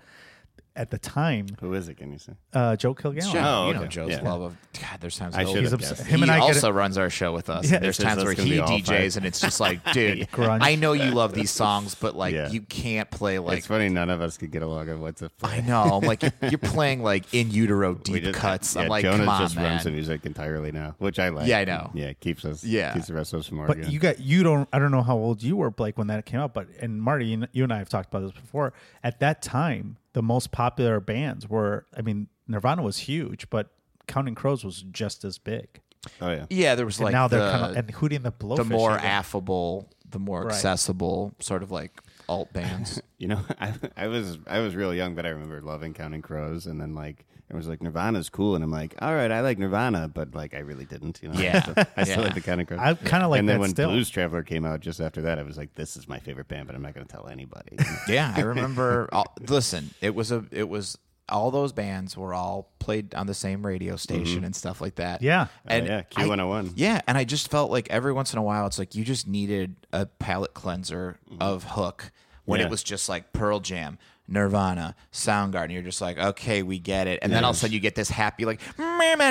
Speaker 1: At the time,
Speaker 4: who is it? Can you say?
Speaker 1: uh, Joe Kilgallen.
Speaker 2: Joe,
Speaker 4: Oh,
Speaker 2: you know
Speaker 4: okay.
Speaker 2: Joe's
Speaker 4: Yeah.
Speaker 2: love of God. There's times
Speaker 4: I
Speaker 2: that-
Speaker 4: should
Speaker 1: He's
Speaker 4: have
Speaker 1: obs-
Speaker 4: guessed.
Speaker 1: him and
Speaker 2: he
Speaker 1: I get
Speaker 2: also runs our show with us.
Speaker 1: Yeah.
Speaker 2: There's
Speaker 4: This
Speaker 2: times
Speaker 4: is
Speaker 2: where
Speaker 4: gonna
Speaker 2: he
Speaker 4: be all
Speaker 2: DJs,
Speaker 4: fight.
Speaker 2: and it's just like, dude,
Speaker 1: Grunge.
Speaker 2: I know you love these songs, but like,
Speaker 4: Yeah.
Speaker 2: you can't play like.
Speaker 4: it's funny none of us could get along on what's a.
Speaker 2: I know. I'm like, you're, you're playing like in utero deep cuts.
Speaker 4: Yeah,
Speaker 2: I'm like,
Speaker 4: Jonas
Speaker 2: come on,
Speaker 4: just runs the
Speaker 2: man.
Speaker 4: music entirely now, which I like.
Speaker 2: Yeah, I know.
Speaker 4: Yeah, keeps us.
Speaker 2: Yeah.
Speaker 4: keeps the rest of us from
Speaker 1: But
Speaker 4: arguing.
Speaker 1: you got you don't I don't know how old you were Blake when that came out, but and Marty, you, kn- you and I have talked about this before. At that time, the most popular bands were I mean Nirvana was huge, but Counting Crows was just as big.
Speaker 4: oh yeah,
Speaker 2: Yeah, there was
Speaker 1: And
Speaker 2: like
Speaker 1: now
Speaker 2: the,
Speaker 1: they're kind of and Hootie and the Blowfish.
Speaker 2: the more
Speaker 1: I guess.
Speaker 2: affable, the more
Speaker 1: Right.
Speaker 2: accessible sort of like alt bands.
Speaker 4: you know, I, I was I was real young, but I remember loving Counting Crows, and then like it was like Nirvana's cool, and I'm like, all right, I like Nirvana, but like I really didn't. You know,
Speaker 2: Yeah.
Speaker 4: I still, I still
Speaker 2: Yeah.
Speaker 4: like the Counting Crows.
Speaker 1: I kinda like
Speaker 4: And then
Speaker 1: that
Speaker 4: when
Speaker 1: still.
Speaker 4: Blues Traveler came out just after that, I was like, this is my favorite band, but I'm not going to tell anybody.
Speaker 2: yeah, I remember. all, listen, it was a it was all those bands were all played on the same radio station and stuff like that.
Speaker 1: Yeah.
Speaker 4: Mm-hmm. Oh,
Speaker 2: and
Speaker 4: yeah,
Speaker 2: I-
Speaker 4: Q101.
Speaker 2: Yeah, and I just felt like every once in a while, it's like you just needed a palate cleanser of hook. when
Speaker 4: Mm-hmm. Yeah.
Speaker 2: it was just like Pearl Jam, Nirvana, Soundgarden. You're just like, okay, we get it. And then all of a sudden you get this happy like, "Mm-hmm."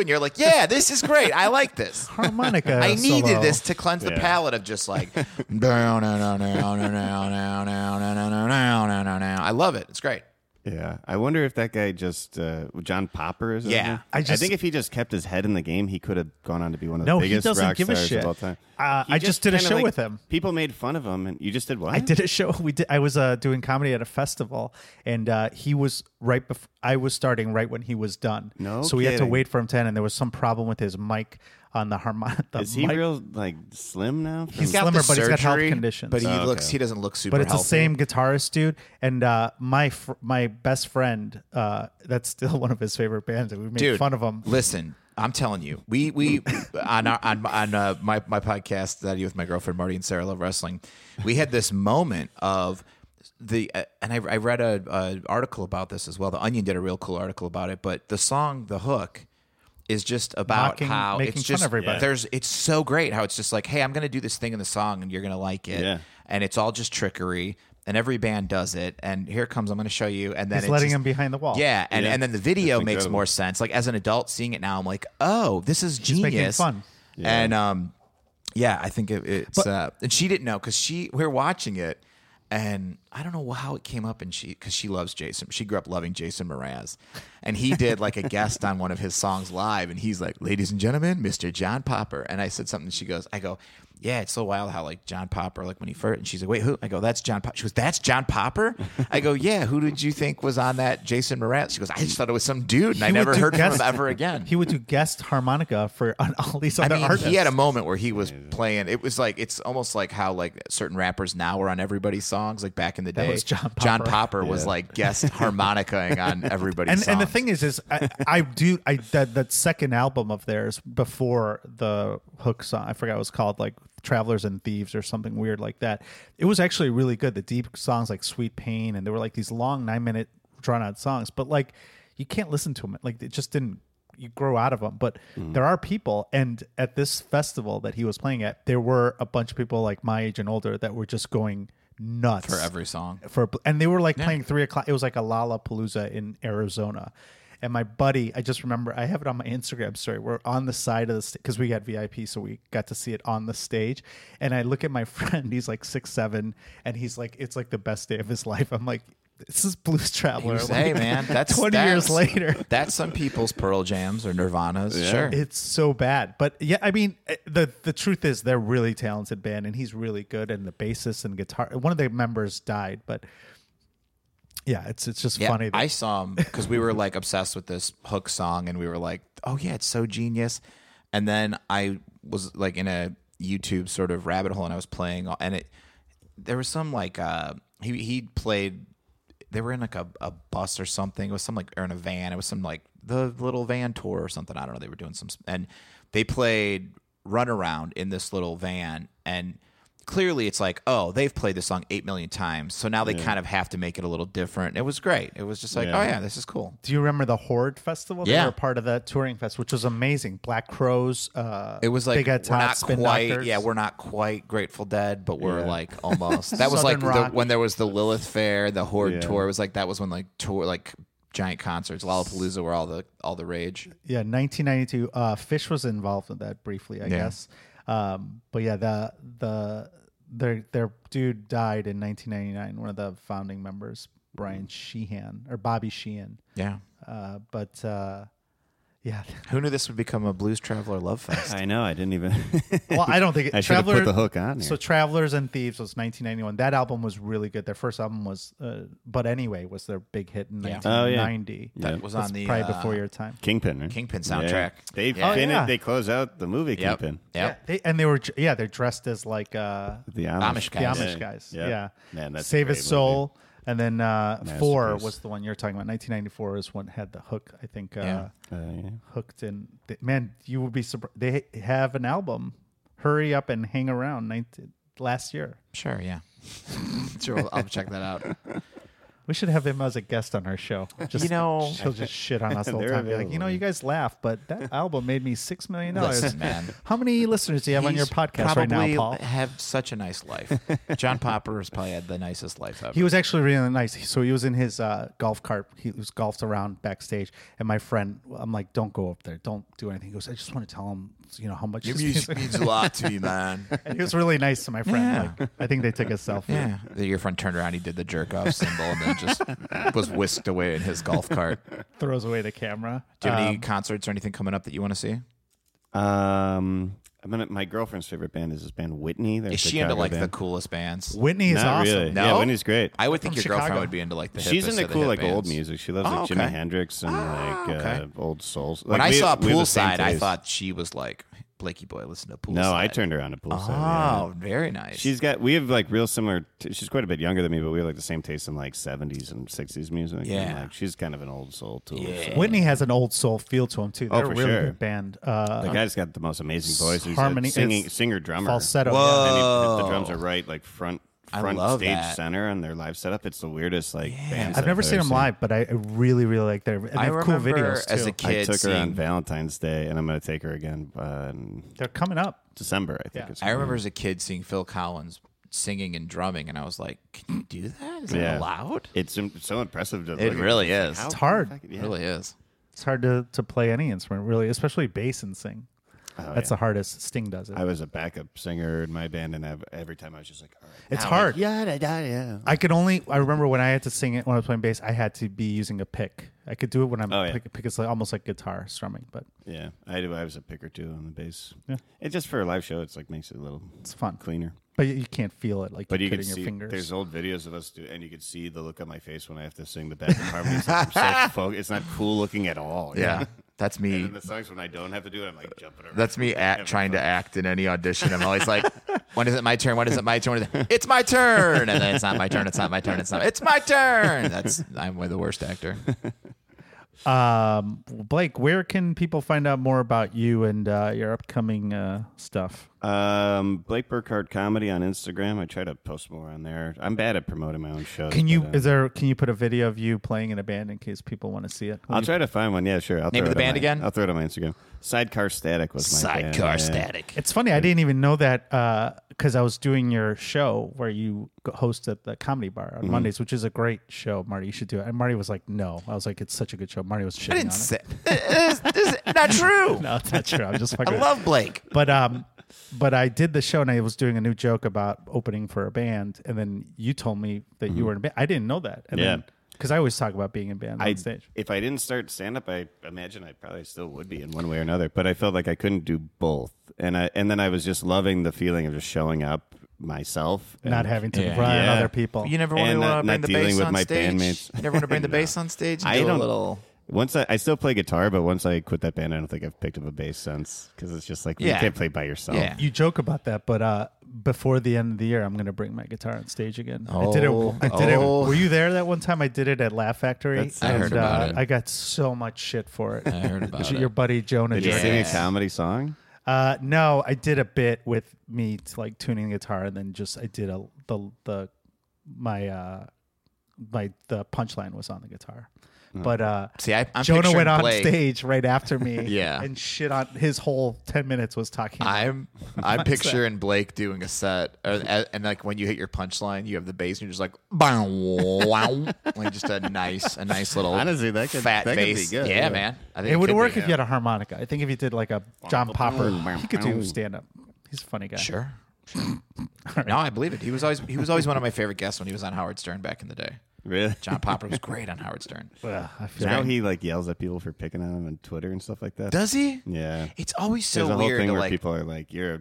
Speaker 2: and you're like, yeah, this is great. I like this.
Speaker 1: harmonica.
Speaker 2: I needed
Speaker 1: solo.
Speaker 2: this to cleanse the
Speaker 4: Yeah.
Speaker 2: palate of just like I love it. It's great.
Speaker 4: Yeah, I wonder if that guy just uh, John Popper is. his
Speaker 2: Yeah.
Speaker 4: name?
Speaker 1: I
Speaker 4: I,
Speaker 1: just-
Speaker 4: think if he just kept his head in the game, he could have gone on to be one of the
Speaker 1: No, he
Speaker 4: biggest
Speaker 1: doesn't
Speaker 4: rock
Speaker 1: give a
Speaker 4: stars
Speaker 1: shit.
Speaker 4: of all time.
Speaker 1: Uh,
Speaker 4: He
Speaker 1: I just
Speaker 4: just
Speaker 1: did a
Speaker 4: kinda,
Speaker 1: show
Speaker 4: like,
Speaker 1: with him.
Speaker 4: People made fun of him, and you just did what?
Speaker 1: I did a show. We did. I was uh, doing comedy at a festival, and uh, he was right before I was starting. Right when he was done,
Speaker 4: No
Speaker 1: So we had to
Speaker 4: kidding.
Speaker 1: wait for him to end, and there was some problem with his mic on the harmonica.
Speaker 4: Is he real like slim now?
Speaker 1: He's
Speaker 4: From-
Speaker 2: the
Speaker 1: got slimmer, but he's got health
Speaker 2: surgery,
Speaker 1: conditions.
Speaker 2: But he
Speaker 1: Oh,
Speaker 4: okay.
Speaker 2: looks. He doesn't look super.
Speaker 1: but it's
Speaker 2: healthy.
Speaker 1: the same guitarist dude and uh, my fr- my best friend uh, that's still one of his favorite bands and we made
Speaker 2: Dude,
Speaker 1: fun of him
Speaker 2: Listen, I'm telling you, we we on our on on uh, my my podcast that I do with my girlfriend Marty and Sarah Love Wrestling, we had this moment of the uh, and I, I read a, a article about this as well. The Onion did a real cool article about it, but the song "The Hook" is just about
Speaker 1: Mocking-
Speaker 2: how
Speaker 1: making fun
Speaker 2: it's just
Speaker 1: of everybody.
Speaker 2: there's it's so great how it's just like hey I'm gonna do this thing in the song and you're gonna like it
Speaker 4: Yeah.
Speaker 2: and it's all just trickery and every band does it and here it comes I'm gonna show you and then
Speaker 1: He's
Speaker 2: it's
Speaker 1: letting
Speaker 2: just-
Speaker 1: him behind the wall.
Speaker 2: yeah and,
Speaker 4: Yeah.
Speaker 2: and then the video
Speaker 4: That's
Speaker 2: makes
Speaker 4: incredible.
Speaker 2: more sense. Like as an adult seeing it now, I'm like, oh, this is
Speaker 1: making
Speaker 2: genius.
Speaker 1: fun.
Speaker 2: And um, yeah, I think it, it's uh, and she didn't know because she we were watching it, and I don't know how it came up, and she because she loves Jason, she grew up loving Jason Mraz, and he did like a guest on one of his songs live, and he's like, ladies and gentlemen, Mr. John Popper, and I said something, and she goes, I go. Yeah, it's so wild how like John Popper, like when he first, and she's like, "Wait, who?" I go, "That's John." Popper. She goes, "That's John Popper." I go, "Yeah, who did you think was on that Jason Mraz?" She goes, "I just thought it was some dude, and I
Speaker 1: He would
Speaker 2: never
Speaker 1: do
Speaker 2: heard from
Speaker 1: guest-
Speaker 2: him ever again."
Speaker 1: he would do guest harmonica for on all these
Speaker 2: I
Speaker 1: other
Speaker 2: mean,
Speaker 1: artists
Speaker 2: he had a moment where he was playing. It was like it's almost like how like certain rappers now are on everybody's songs. Like back in the day,
Speaker 1: was John
Speaker 2: John
Speaker 1: Popper.
Speaker 2: Popper was like guest harmonicaing on everybody's.
Speaker 1: and,
Speaker 2: songs.
Speaker 1: and the thing is is I, I do I that, that second album of theirs before the hook song I forgot what it was called like Travelers and Thieves or something weird like that. It was actually really good. The deep songs like Sweet Pain and they were like these long nine minute drawn out songs, but like you can't listen to them like it just didn't you grow out of them but
Speaker 2: Mm.
Speaker 1: there are people and at this festival that he was playing at there were a bunch of people like my age and older that were just going nuts
Speaker 2: for every song,
Speaker 1: for and they were like playing three o'clock. It was like a Lollapalooza in Arizona. And my buddy, I just remember I have it on my Instagram story. We're on the side of the stage because we got VIP, so we got to see it on the stage. And I look at my friend; he's like six seven, and he's like, "It's like the best day of his life." I'm like, "This is Blues Traveler."
Speaker 2: You say,
Speaker 1: Like,
Speaker 2: hey man, that's
Speaker 1: 20 years
Speaker 2: that's-
Speaker 1: later.
Speaker 2: That's some people's Pearl Jams or Nirvana's. Sure,
Speaker 1: It's so bad, but yeah, I mean, eh, the the truth is they're really talented band, and he's really good, and the bassist and guitar. One of the members died, but yeah, it's it's just funny. that-
Speaker 2: I saw him because we were like obsessed with this hook song, and we were like, "Oh yeah, it's so genius." And then I was like in a YouTube sort of rabbit hole, and I was playing, and it there was some like uh, he he played. They were in like a, a bus or something. It was some like or in a van. It was some like the little van tour or something. I don't know. They were doing some and they played Runaround in this little van and clearly it's like, oh, they've played this song eight million times, so now they kind of have to make it a little different. It was great. It was just like,
Speaker 4: Yeah.
Speaker 2: oh yeah, this is cool.
Speaker 1: Do you remember the Horde Festival? They
Speaker 2: Yeah.
Speaker 1: were a part of that touring fest, which was amazing. Black Crows. Uh,
Speaker 2: It was like
Speaker 1: Big Ed
Speaker 2: we're
Speaker 1: Todd,
Speaker 2: not
Speaker 1: Spin
Speaker 2: quite,
Speaker 1: Doctors.
Speaker 2: yeah, we're not quite Grateful Dead, but we're
Speaker 4: Yeah.
Speaker 2: like almost. That was like
Speaker 1: Southern
Speaker 2: the,
Speaker 1: rock.
Speaker 2: when there was the Lilith Fair, the Horde
Speaker 4: Yeah.
Speaker 2: tour. It was like that was when like tour like giant concerts, Lollapalooza, were all the all the rage.
Speaker 1: yeah, 1992. Uh, Fish was involved in that briefly, I guess. Um, but yeah, the the their their dude died in 1999. One of the founding members, Brian
Speaker 2: Mm.
Speaker 1: Sheehan or Bobby Sheehan.
Speaker 2: Yeah,
Speaker 1: Uh, but uh, yeah,
Speaker 2: who knew this would become a Blues Traveler love fest?
Speaker 4: I know. I didn't even.
Speaker 1: well, I don't think it,
Speaker 4: I should have
Speaker 1: Traveler
Speaker 4: put the hook on. Here.
Speaker 1: So Travelers and Thieves was 1991. That album was really good. Their first album was, uh, but anyway, was their big hit in
Speaker 2: Yeah.
Speaker 4: Oh, yeah.
Speaker 1: 1990.
Speaker 4: Yeah.
Speaker 2: It was on the
Speaker 1: Probably
Speaker 2: uh,
Speaker 1: before your time.
Speaker 4: Kingpin. Right?
Speaker 2: Kingpin
Speaker 4: Yeah.
Speaker 2: soundtrack.
Speaker 4: They
Speaker 2: Yeah.
Speaker 1: Oh,
Speaker 4: fin-
Speaker 1: yeah.
Speaker 4: They close out the movie
Speaker 2: Yep.
Speaker 4: Kingpin.
Speaker 1: Yeah,
Speaker 2: Yep.
Speaker 1: they, and they were dr- yeah they're dressed as like uh,
Speaker 4: The
Speaker 2: Amish
Speaker 4: Amish,
Speaker 1: the
Speaker 2: guys.
Speaker 1: Amish
Speaker 4: Yeah.
Speaker 1: guys.
Speaker 4: Yeah.
Speaker 1: Yeah,
Speaker 4: Man, that's a
Speaker 1: Save His
Speaker 4: great
Speaker 1: Soul, and then uh, Four
Speaker 4: Masterpiece.
Speaker 1: was the one you're talking about. 1994 is when it had the hook. I think uh,
Speaker 2: Yeah.
Speaker 4: Uh, yeah.
Speaker 1: hooked in. th- man, you would be surprised. They ha- have an album. Hurry up and hang around. 19, last year.
Speaker 2: Sure, yeah. sure, I'll, I'll check that out.
Speaker 1: We should have him as a guest on our show. Just,
Speaker 2: You know-
Speaker 1: she'll just shit on us the whole
Speaker 4: They're
Speaker 1: time. Be Like, you know,
Speaker 4: available.
Speaker 1: you guys laugh, but that album made me six million dollars.
Speaker 2: Listen, man.
Speaker 1: How many listeners do you have on your
Speaker 2: He's
Speaker 1: podcast right now,
Speaker 2: probably
Speaker 1: Paul?
Speaker 2: Have such a nice life. John Popper has probably had the nicest life ever.
Speaker 1: He was actually really nice. So he was in his uh, golf cart. He was golfed around backstage, and my friend, I'm like, "Don't go up there. Don't do anything." He goes, "I just want to tell him, you know, how much."
Speaker 2: Your
Speaker 1: his
Speaker 2: music
Speaker 1: music-"
Speaker 2: means a lot to you, man.
Speaker 1: and he was really nice to my friend.
Speaker 2: Yeah.
Speaker 1: Like, I think they took a selfie.
Speaker 2: Yeah. Your friend turned around, he did the jerk off symbol, and then just was whisked away in his golf cart.
Speaker 1: Throws away the camera.
Speaker 2: Do you have any
Speaker 1: Um,
Speaker 2: concerts or anything coming up that you want to see?
Speaker 4: Um, I'm gonna, my girlfriend's favorite band is this band Whitney. They're a
Speaker 2: Is she into
Speaker 4: Chicago
Speaker 2: like the
Speaker 4: band.
Speaker 2: coolest bands?
Speaker 1: Whitney is
Speaker 4: Not
Speaker 1: awesome.
Speaker 4: really.
Speaker 2: No?
Speaker 4: Yeah, Whitney's great.
Speaker 2: I would think
Speaker 1: From
Speaker 2: your
Speaker 1: Chicago.
Speaker 2: girlfriest would be into like the.
Speaker 4: She's
Speaker 2: hippest
Speaker 4: into
Speaker 2: of the
Speaker 4: cool
Speaker 2: hip
Speaker 4: like old
Speaker 2: bands.
Speaker 4: music. She loves like
Speaker 2: Oh,
Speaker 4: Jimi
Speaker 2: okay.
Speaker 4: Hendrix and
Speaker 2: Oh,
Speaker 4: like
Speaker 2: okay.
Speaker 4: uh, old souls.
Speaker 2: When
Speaker 4: Like,
Speaker 2: I
Speaker 4: we-
Speaker 2: saw
Speaker 4: we have the same
Speaker 2: Poolside, I
Speaker 4: taste.
Speaker 2: thought she was like Blakey Boy. Listen to Poolside.
Speaker 4: No, I turned around to Poolside. yeah.
Speaker 2: Oh, very nice.
Speaker 4: She's got. We have like real similar. T- she's quite a bit younger than me, but we have like the same taste in like '70s and '60s music. and,
Speaker 2: Yeah.
Speaker 4: like she's kind of an old soul too.
Speaker 2: Yeah.
Speaker 4: So.
Speaker 1: Whitney has an old soul feel to him too. They're
Speaker 4: Oh,
Speaker 1: a
Speaker 4: for
Speaker 1: really
Speaker 4: sure.
Speaker 1: good band. Uh,
Speaker 4: The guy's got the most amazing voice. He's
Speaker 1: Harmony-
Speaker 4: a singing
Speaker 1: it's
Speaker 4: singer drummer.
Speaker 1: falsetto.
Speaker 2: Whoa.
Speaker 4: And he,
Speaker 2: Oh.
Speaker 4: the drums are right like front
Speaker 2: I
Speaker 4: front
Speaker 2: love
Speaker 4: stage
Speaker 2: that.
Speaker 4: center on their live setup. It's the weirdest like band.
Speaker 1: I've never seen them live, but I I really, really like their. And they
Speaker 2: I
Speaker 1: have cool
Speaker 2: remember
Speaker 1: videos too.
Speaker 2: as a
Speaker 4: I
Speaker 2: kid
Speaker 4: took her on
Speaker 2: seeing.
Speaker 4: Valentine's Day, and I'm going to take her again uh, in
Speaker 1: They're coming up.
Speaker 4: December. I think.
Speaker 1: Yeah.
Speaker 4: It's
Speaker 2: I remember as a kid seeing Phil Collins singing and drumming, and I was like, "Can you do that? Is
Speaker 4: Yeah.
Speaker 2: that allowed?
Speaker 4: It's im- so impressive to.
Speaker 2: It
Speaker 4: look at.
Speaker 2: really is.
Speaker 4: How
Speaker 2: It
Speaker 1: It's hard.
Speaker 4: fucking- yeah.
Speaker 2: really is."
Speaker 1: It's hard to, to play any instrument, really, especially bass and sing.
Speaker 4: Oh,
Speaker 1: That's the
Speaker 4: yeah.
Speaker 1: hardest. Sting does it.
Speaker 4: I was a backup singer in my band, and I've, every time I was just like, All right,
Speaker 1: it's
Speaker 4: now,
Speaker 1: hard.
Speaker 4: Like, yeah, da, da, yeah.
Speaker 1: I could only. I remember when I had to sing it when I was playing bass. I had to be using a pick. I could do it when I'm
Speaker 4: Oh, yeah.
Speaker 1: pick, pick is like, almost like guitar strumming, but
Speaker 4: Yeah, I do. I was a pick or two on the bass.
Speaker 1: Yeah.
Speaker 4: it just for a live show, it's like makes it a little
Speaker 1: it's fun.
Speaker 4: cleaner.
Speaker 1: But you, you can't feel it like
Speaker 4: But
Speaker 1: you're
Speaker 4: you can
Speaker 1: cutting your
Speaker 4: see
Speaker 1: fingers.
Speaker 4: there's old videos of us do, and you can see the look on my face when I have to sing the backup harmonies. Like, I'm so fo- It's not cool looking at all. you know?
Speaker 2: that's
Speaker 4: And
Speaker 2: me.
Speaker 4: then the songs when I don't have to do it, I'm like jumping around.
Speaker 2: That's me at trying to act in any audition. I'm always like, when is it my turn? When is it my turn? When is it- It's my turn. And then it's not my turn. It's not my turn. It's not. It's my turn. That's I'm way the worst actor.
Speaker 1: um, Blake, where can people find out more about you and uh, your upcoming uh, stuff?
Speaker 4: Um, Blake Burkhardt comedy on Instagram. I try to post more on there. I'm bad at promoting my own shows.
Speaker 1: Can you
Speaker 4: but, uh,
Speaker 1: is there? Can you put a video of you playing in a band in case people want to see it?
Speaker 4: I'll try to find one. Yeah, sure. I'll
Speaker 2: Name of
Speaker 4: throw it
Speaker 2: the
Speaker 4: on
Speaker 2: band
Speaker 4: my-
Speaker 2: again?
Speaker 4: I'll throw it on my Instagram. Sidecar Static was my band,
Speaker 2: Sidecar
Speaker 4: yeah.
Speaker 2: static.
Speaker 1: It's funny. I didn't even know that because I was doing your show where you g- host at the comedy bar on Mondays, which is a great show, Marty. You should do it. And Marty was like, "No." I was like, "It's such a good show." Marty was shitting
Speaker 2: I
Speaker 1: on
Speaker 2: didn't
Speaker 1: it.
Speaker 2: say. This is not true.
Speaker 1: no, it's not true. I'm just
Speaker 2: I
Speaker 1: fucking.
Speaker 2: love Blake.
Speaker 1: but um, but I did the show and I was doing a new joke about opening for a band, and then you told me that you were in a band. I didn't know that. And
Speaker 4: Yeah.
Speaker 1: Because I always talk about being in bands
Speaker 4: I,
Speaker 1: on stage.
Speaker 4: if I didn't start stand up, I imagine I probably still would be in one way or another. But I felt like I couldn't do both, and I and then I was just loving the feeling of just showing up myself, and-
Speaker 1: Not having to
Speaker 2: Yeah.
Speaker 1: rely on
Speaker 4: Yeah.
Speaker 1: other people.
Speaker 2: You never want
Speaker 4: And
Speaker 2: to
Speaker 4: not-
Speaker 2: uh, bring
Speaker 4: not
Speaker 2: the
Speaker 4: dealing
Speaker 2: bass
Speaker 4: with
Speaker 2: on
Speaker 4: my
Speaker 2: stage.
Speaker 4: bandmates.
Speaker 2: You never want to bring the
Speaker 4: No.
Speaker 2: bass on stage. and
Speaker 4: I
Speaker 2: do
Speaker 4: don't.
Speaker 2: a little.
Speaker 4: Once I, I still play guitar, but once I quit that band, I don't think I've picked up a bass since because it's just like you
Speaker 2: Yeah.
Speaker 4: can't play by yourself.
Speaker 2: Yeah.
Speaker 1: You joke about that, but uh, before the end of the year, I'm going to bring my guitar on stage again. I did it.
Speaker 2: Oh.
Speaker 1: I did
Speaker 2: Oh.
Speaker 1: it. Were you there that one time? I did it at Laugh Factory. uh,
Speaker 4: That's-
Speaker 2: I heard about it.
Speaker 1: I got so much shit for it.
Speaker 2: I heard about
Speaker 1: Your
Speaker 2: it.
Speaker 1: buddy Jonah.
Speaker 4: Did you
Speaker 1: Jordan.
Speaker 4: sing a
Speaker 2: Yeah.
Speaker 4: comedy song?
Speaker 1: Uh, no, I did a bit with me t- like tuning the guitar, and then just I did a the the my uh my the punchline was on the guitar, but uh.
Speaker 2: Hmm. See, I, I'm
Speaker 1: Jonah
Speaker 2: picturing
Speaker 1: went on
Speaker 2: Blake.
Speaker 1: stage right after me,
Speaker 2: Yeah.
Speaker 1: and shit on his whole ten minutes was talking. about
Speaker 2: I'm I'm picturing Blake doing a set, or, and, and like when you hit your punchline, you have the bass, and you're just like, bow, wow, like just a nice, a nice little
Speaker 4: Honestly, that could-
Speaker 2: fat
Speaker 4: that could be
Speaker 2: bass.
Speaker 4: good,
Speaker 2: yeah,
Speaker 4: yeah.
Speaker 2: man, I think
Speaker 1: It would
Speaker 2: could
Speaker 1: work
Speaker 2: be.
Speaker 1: if you had a harmonica. I think if you did like a John Popper, he could do stand up. He's a funny guy.
Speaker 2: Sure. No, I believe it. He was always he was always one of my favorite guests when he was on Howard Stern back in the day.
Speaker 4: Really?
Speaker 2: John Popper was great on Howard Stern.
Speaker 1: Ugh, I feel
Speaker 4: Now
Speaker 1: like-
Speaker 4: he like yells at people for picking on him on Twitter and stuff like that.
Speaker 2: Does he?
Speaker 4: yeah.
Speaker 2: It's always so
Speaker 4: There's a whole
Speaker 2: weird
Speaker 4: thing
Speaker 2: to
Speaker 4: where
Speaker 2: like.
Speaker 4: people are like, "You're a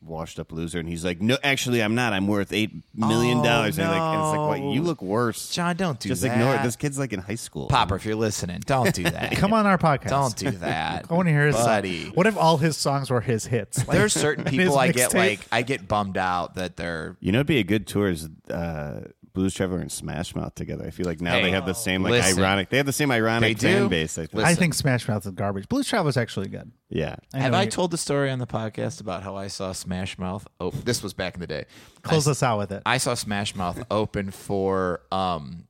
Speaker 4: washed up loser," and he's like, "No, actually, I'm not. I'm worth eight million
Speaker 2: Oh,
Speaker 4: dollars." And, like, and it's like,
Speaker 2: no.
Speaker 4: "What? You look worse."
Speaker 2: John, don't do
Speaker 4: Just
Speaker 2: that.
Speaker 4: ignore it. This kid's like in high school.
Speaker 2: Popper, if you're listening, don't do that.
Speaker 1: Come on our podcast.
Speaker 2: don't do that.
Speaker 1: I want to hear his
Speaker 2: buddy.
Speaker 1: What if all his songs were his hits? Like,
Speaker 2: There's certain
Speaker 1: his
Speaker 2: people I get
Speaker 1: mixtape.
Speaker 2: like I get bummed out that they're
Speaker 4: You know, it'd be a good tour is uh, Blues Traveler and Smash Mouth together. I feel like now
Speaker 2: Hey,
Speaker 4: they have the same like
Speaker 2: listen.
Speaker 4: ironic. They have the same
Speaker 2: They
Speaker 4: ironic
Speaker 2: do.
Speaker 4: fan base. I think.
Speaker 2: Listen.
Speaker 1: I think Smash Mouth is garbage. Blues Traveler's actually good.
Speaker 4: Yeah.
Speaker 2: Have
Speaker 1: know
Speaker 2: I
Speaker 1: you-
Speaker 2: told the story on the podcast about how I saw Smash Mouth? Oh, this was back in the day.
Speaker 1: Close us out with it.
Speaker 2: I saw Smash Mouth open for um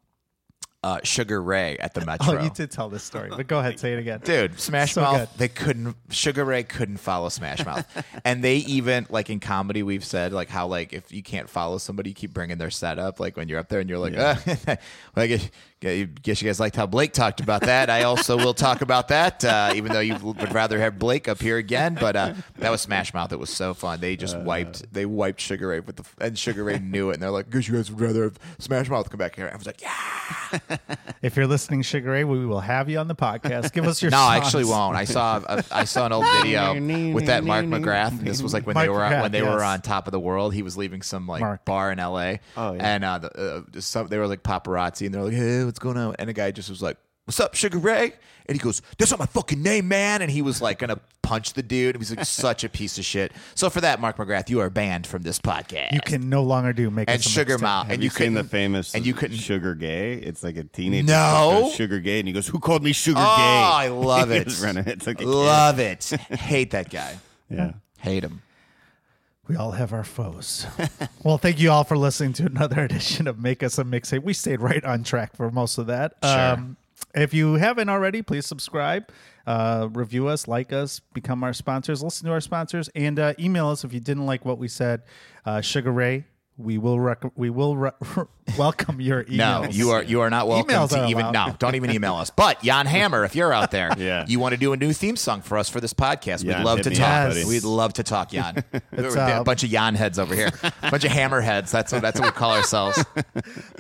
Speaker 2: uh, Sugar Ray at the
Speaker 1: Oh,
Speaker 2: Metro.
Speaker 1: you did tell this story, but go ahead, say it again.
Speaker 2: Dude, Smash
Speaker 1: So
Speaker 2: Mouth,
Speaker 1: good.
Speaker 2: they couldn't Sugar Ray couldn't follow Smash Mouth. and they even like in comedy we've said like how like if you can't follow somebody, you keep bringing their set up like when you're up there and you're like, "Uh, well, I guess, guess you guys liked how Blake talked about that. I also will talk about that uh, even though you would rather have Blake up here again, but uh, that was Smash Mouth. It was so fun. They just wiped they wiped Sugar Ray with the and Sugar Ray knew it and they're like, "Guess you guys would rather have Smash Mouth come back here." I was like, "Yeah."
Speaker 1: If you're listening, Sugar Ray, we will have you on the podcast. Give us your
Speaker 2: No, I
Speaker 1: songs.
Speaker 2: actually won't. I saw a, I saw an old video with that Mark McGrath. And this was like when
Speaker 1: Mark
Speaker 2: they were
Speaker 1: McGrath,
Speaker 2: when they were
Speaker 1: yes.
Speaker 2: on top of the world. He was leaving some like
Speaker 1: Mark.
Speaker 2: bar in L.A.
Speaker 4: Oh, yeah.
Speaker 2: and uh, the, uh, some, they were like paparazzi, and they're like, "Hey, what's going on?" And a guy just was like, "What's up, Sugar Ray?" And he goes, "That's not my fucking name, man." And he was like gonna punch the dude. He was like such a piece of shit. So for that, Mark McGrath, you are banned from this podcast.
Speaker 1: You can no longer do make
Speaker 2: and
Speaker 1: Us a
Speaker 2: Sugar
Speaker 1: Mixtape.
Speaker 2: Mouth,
Speaker 4: Have
Speaker 2: and
Speaker 4: you,
Speaker 2: you
Speaker 4: seen the
Speaker 2: couldn't-
Speaker 4: famous
Speaker 2: and you couldn't-
Speaker 4: sugar gay? It's like a teenager
Speaker 2: No.
Speaker 4: goes, sugar gay, and he goes, "Who called me sugar
Speaker 2: Oh,
Speaker 4: gay?"
Speaker 2: I love
Speaker 4: He
Speaker 2: it.
Speaker 4: was running. It's like a kid.
Speaker 2: Love it. Hate that guy.
Speaker 4: Yeah.
Speaker 2: Hate him.
Speaker 1: We all have our foes. well, thank you all for listening to another edition of Make Us a Mixtape. We stayed right on track for most of that. Um,
Speaker 2: Sure.
Speaker 1: if you haven't already, please subscribe, uh, review us, like us, become our sponsors, listen to our sponsors, and uh, email us if you didn't like what we said. Uh, Sugar Ray, we will rec- we will re- welcome your emails.
Speaker 2: No, you are you are not welcome
Speaker 1: Emails
Speaker 2: to
Speaker 1: are
Speaker 2: even
Speaker 1: allowed.
Speaker 2: no. Don't even email us. But Jan Hammer, if you're out there,
Speaker 4: Yeah.
Speaker 2: you want to do a new theme song for us for this podcast,
Speaker 4: Jan,
Speaker 2: we'd love
Speaker 4: hit
Speaker 2: to
Speaker 4: me
Speaker 2: talk.
Speaker 1: up, buddy.
Speaker 2: We'd love to talk, Jan. We're
Speaker 1: uh,
Speaker 2: a bunch of Jan heads over here, a bunch of hammer heads. That's what that's what we call ourselves.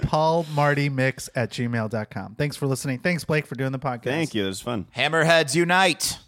Speaker 1: Paul Marty Mix at gmail.com. Thanks for listening. Thanks, Blake, for doing the podcast.
Speaker 4: Thank you. It was fun.
Speaker 2: Hammerheads unite.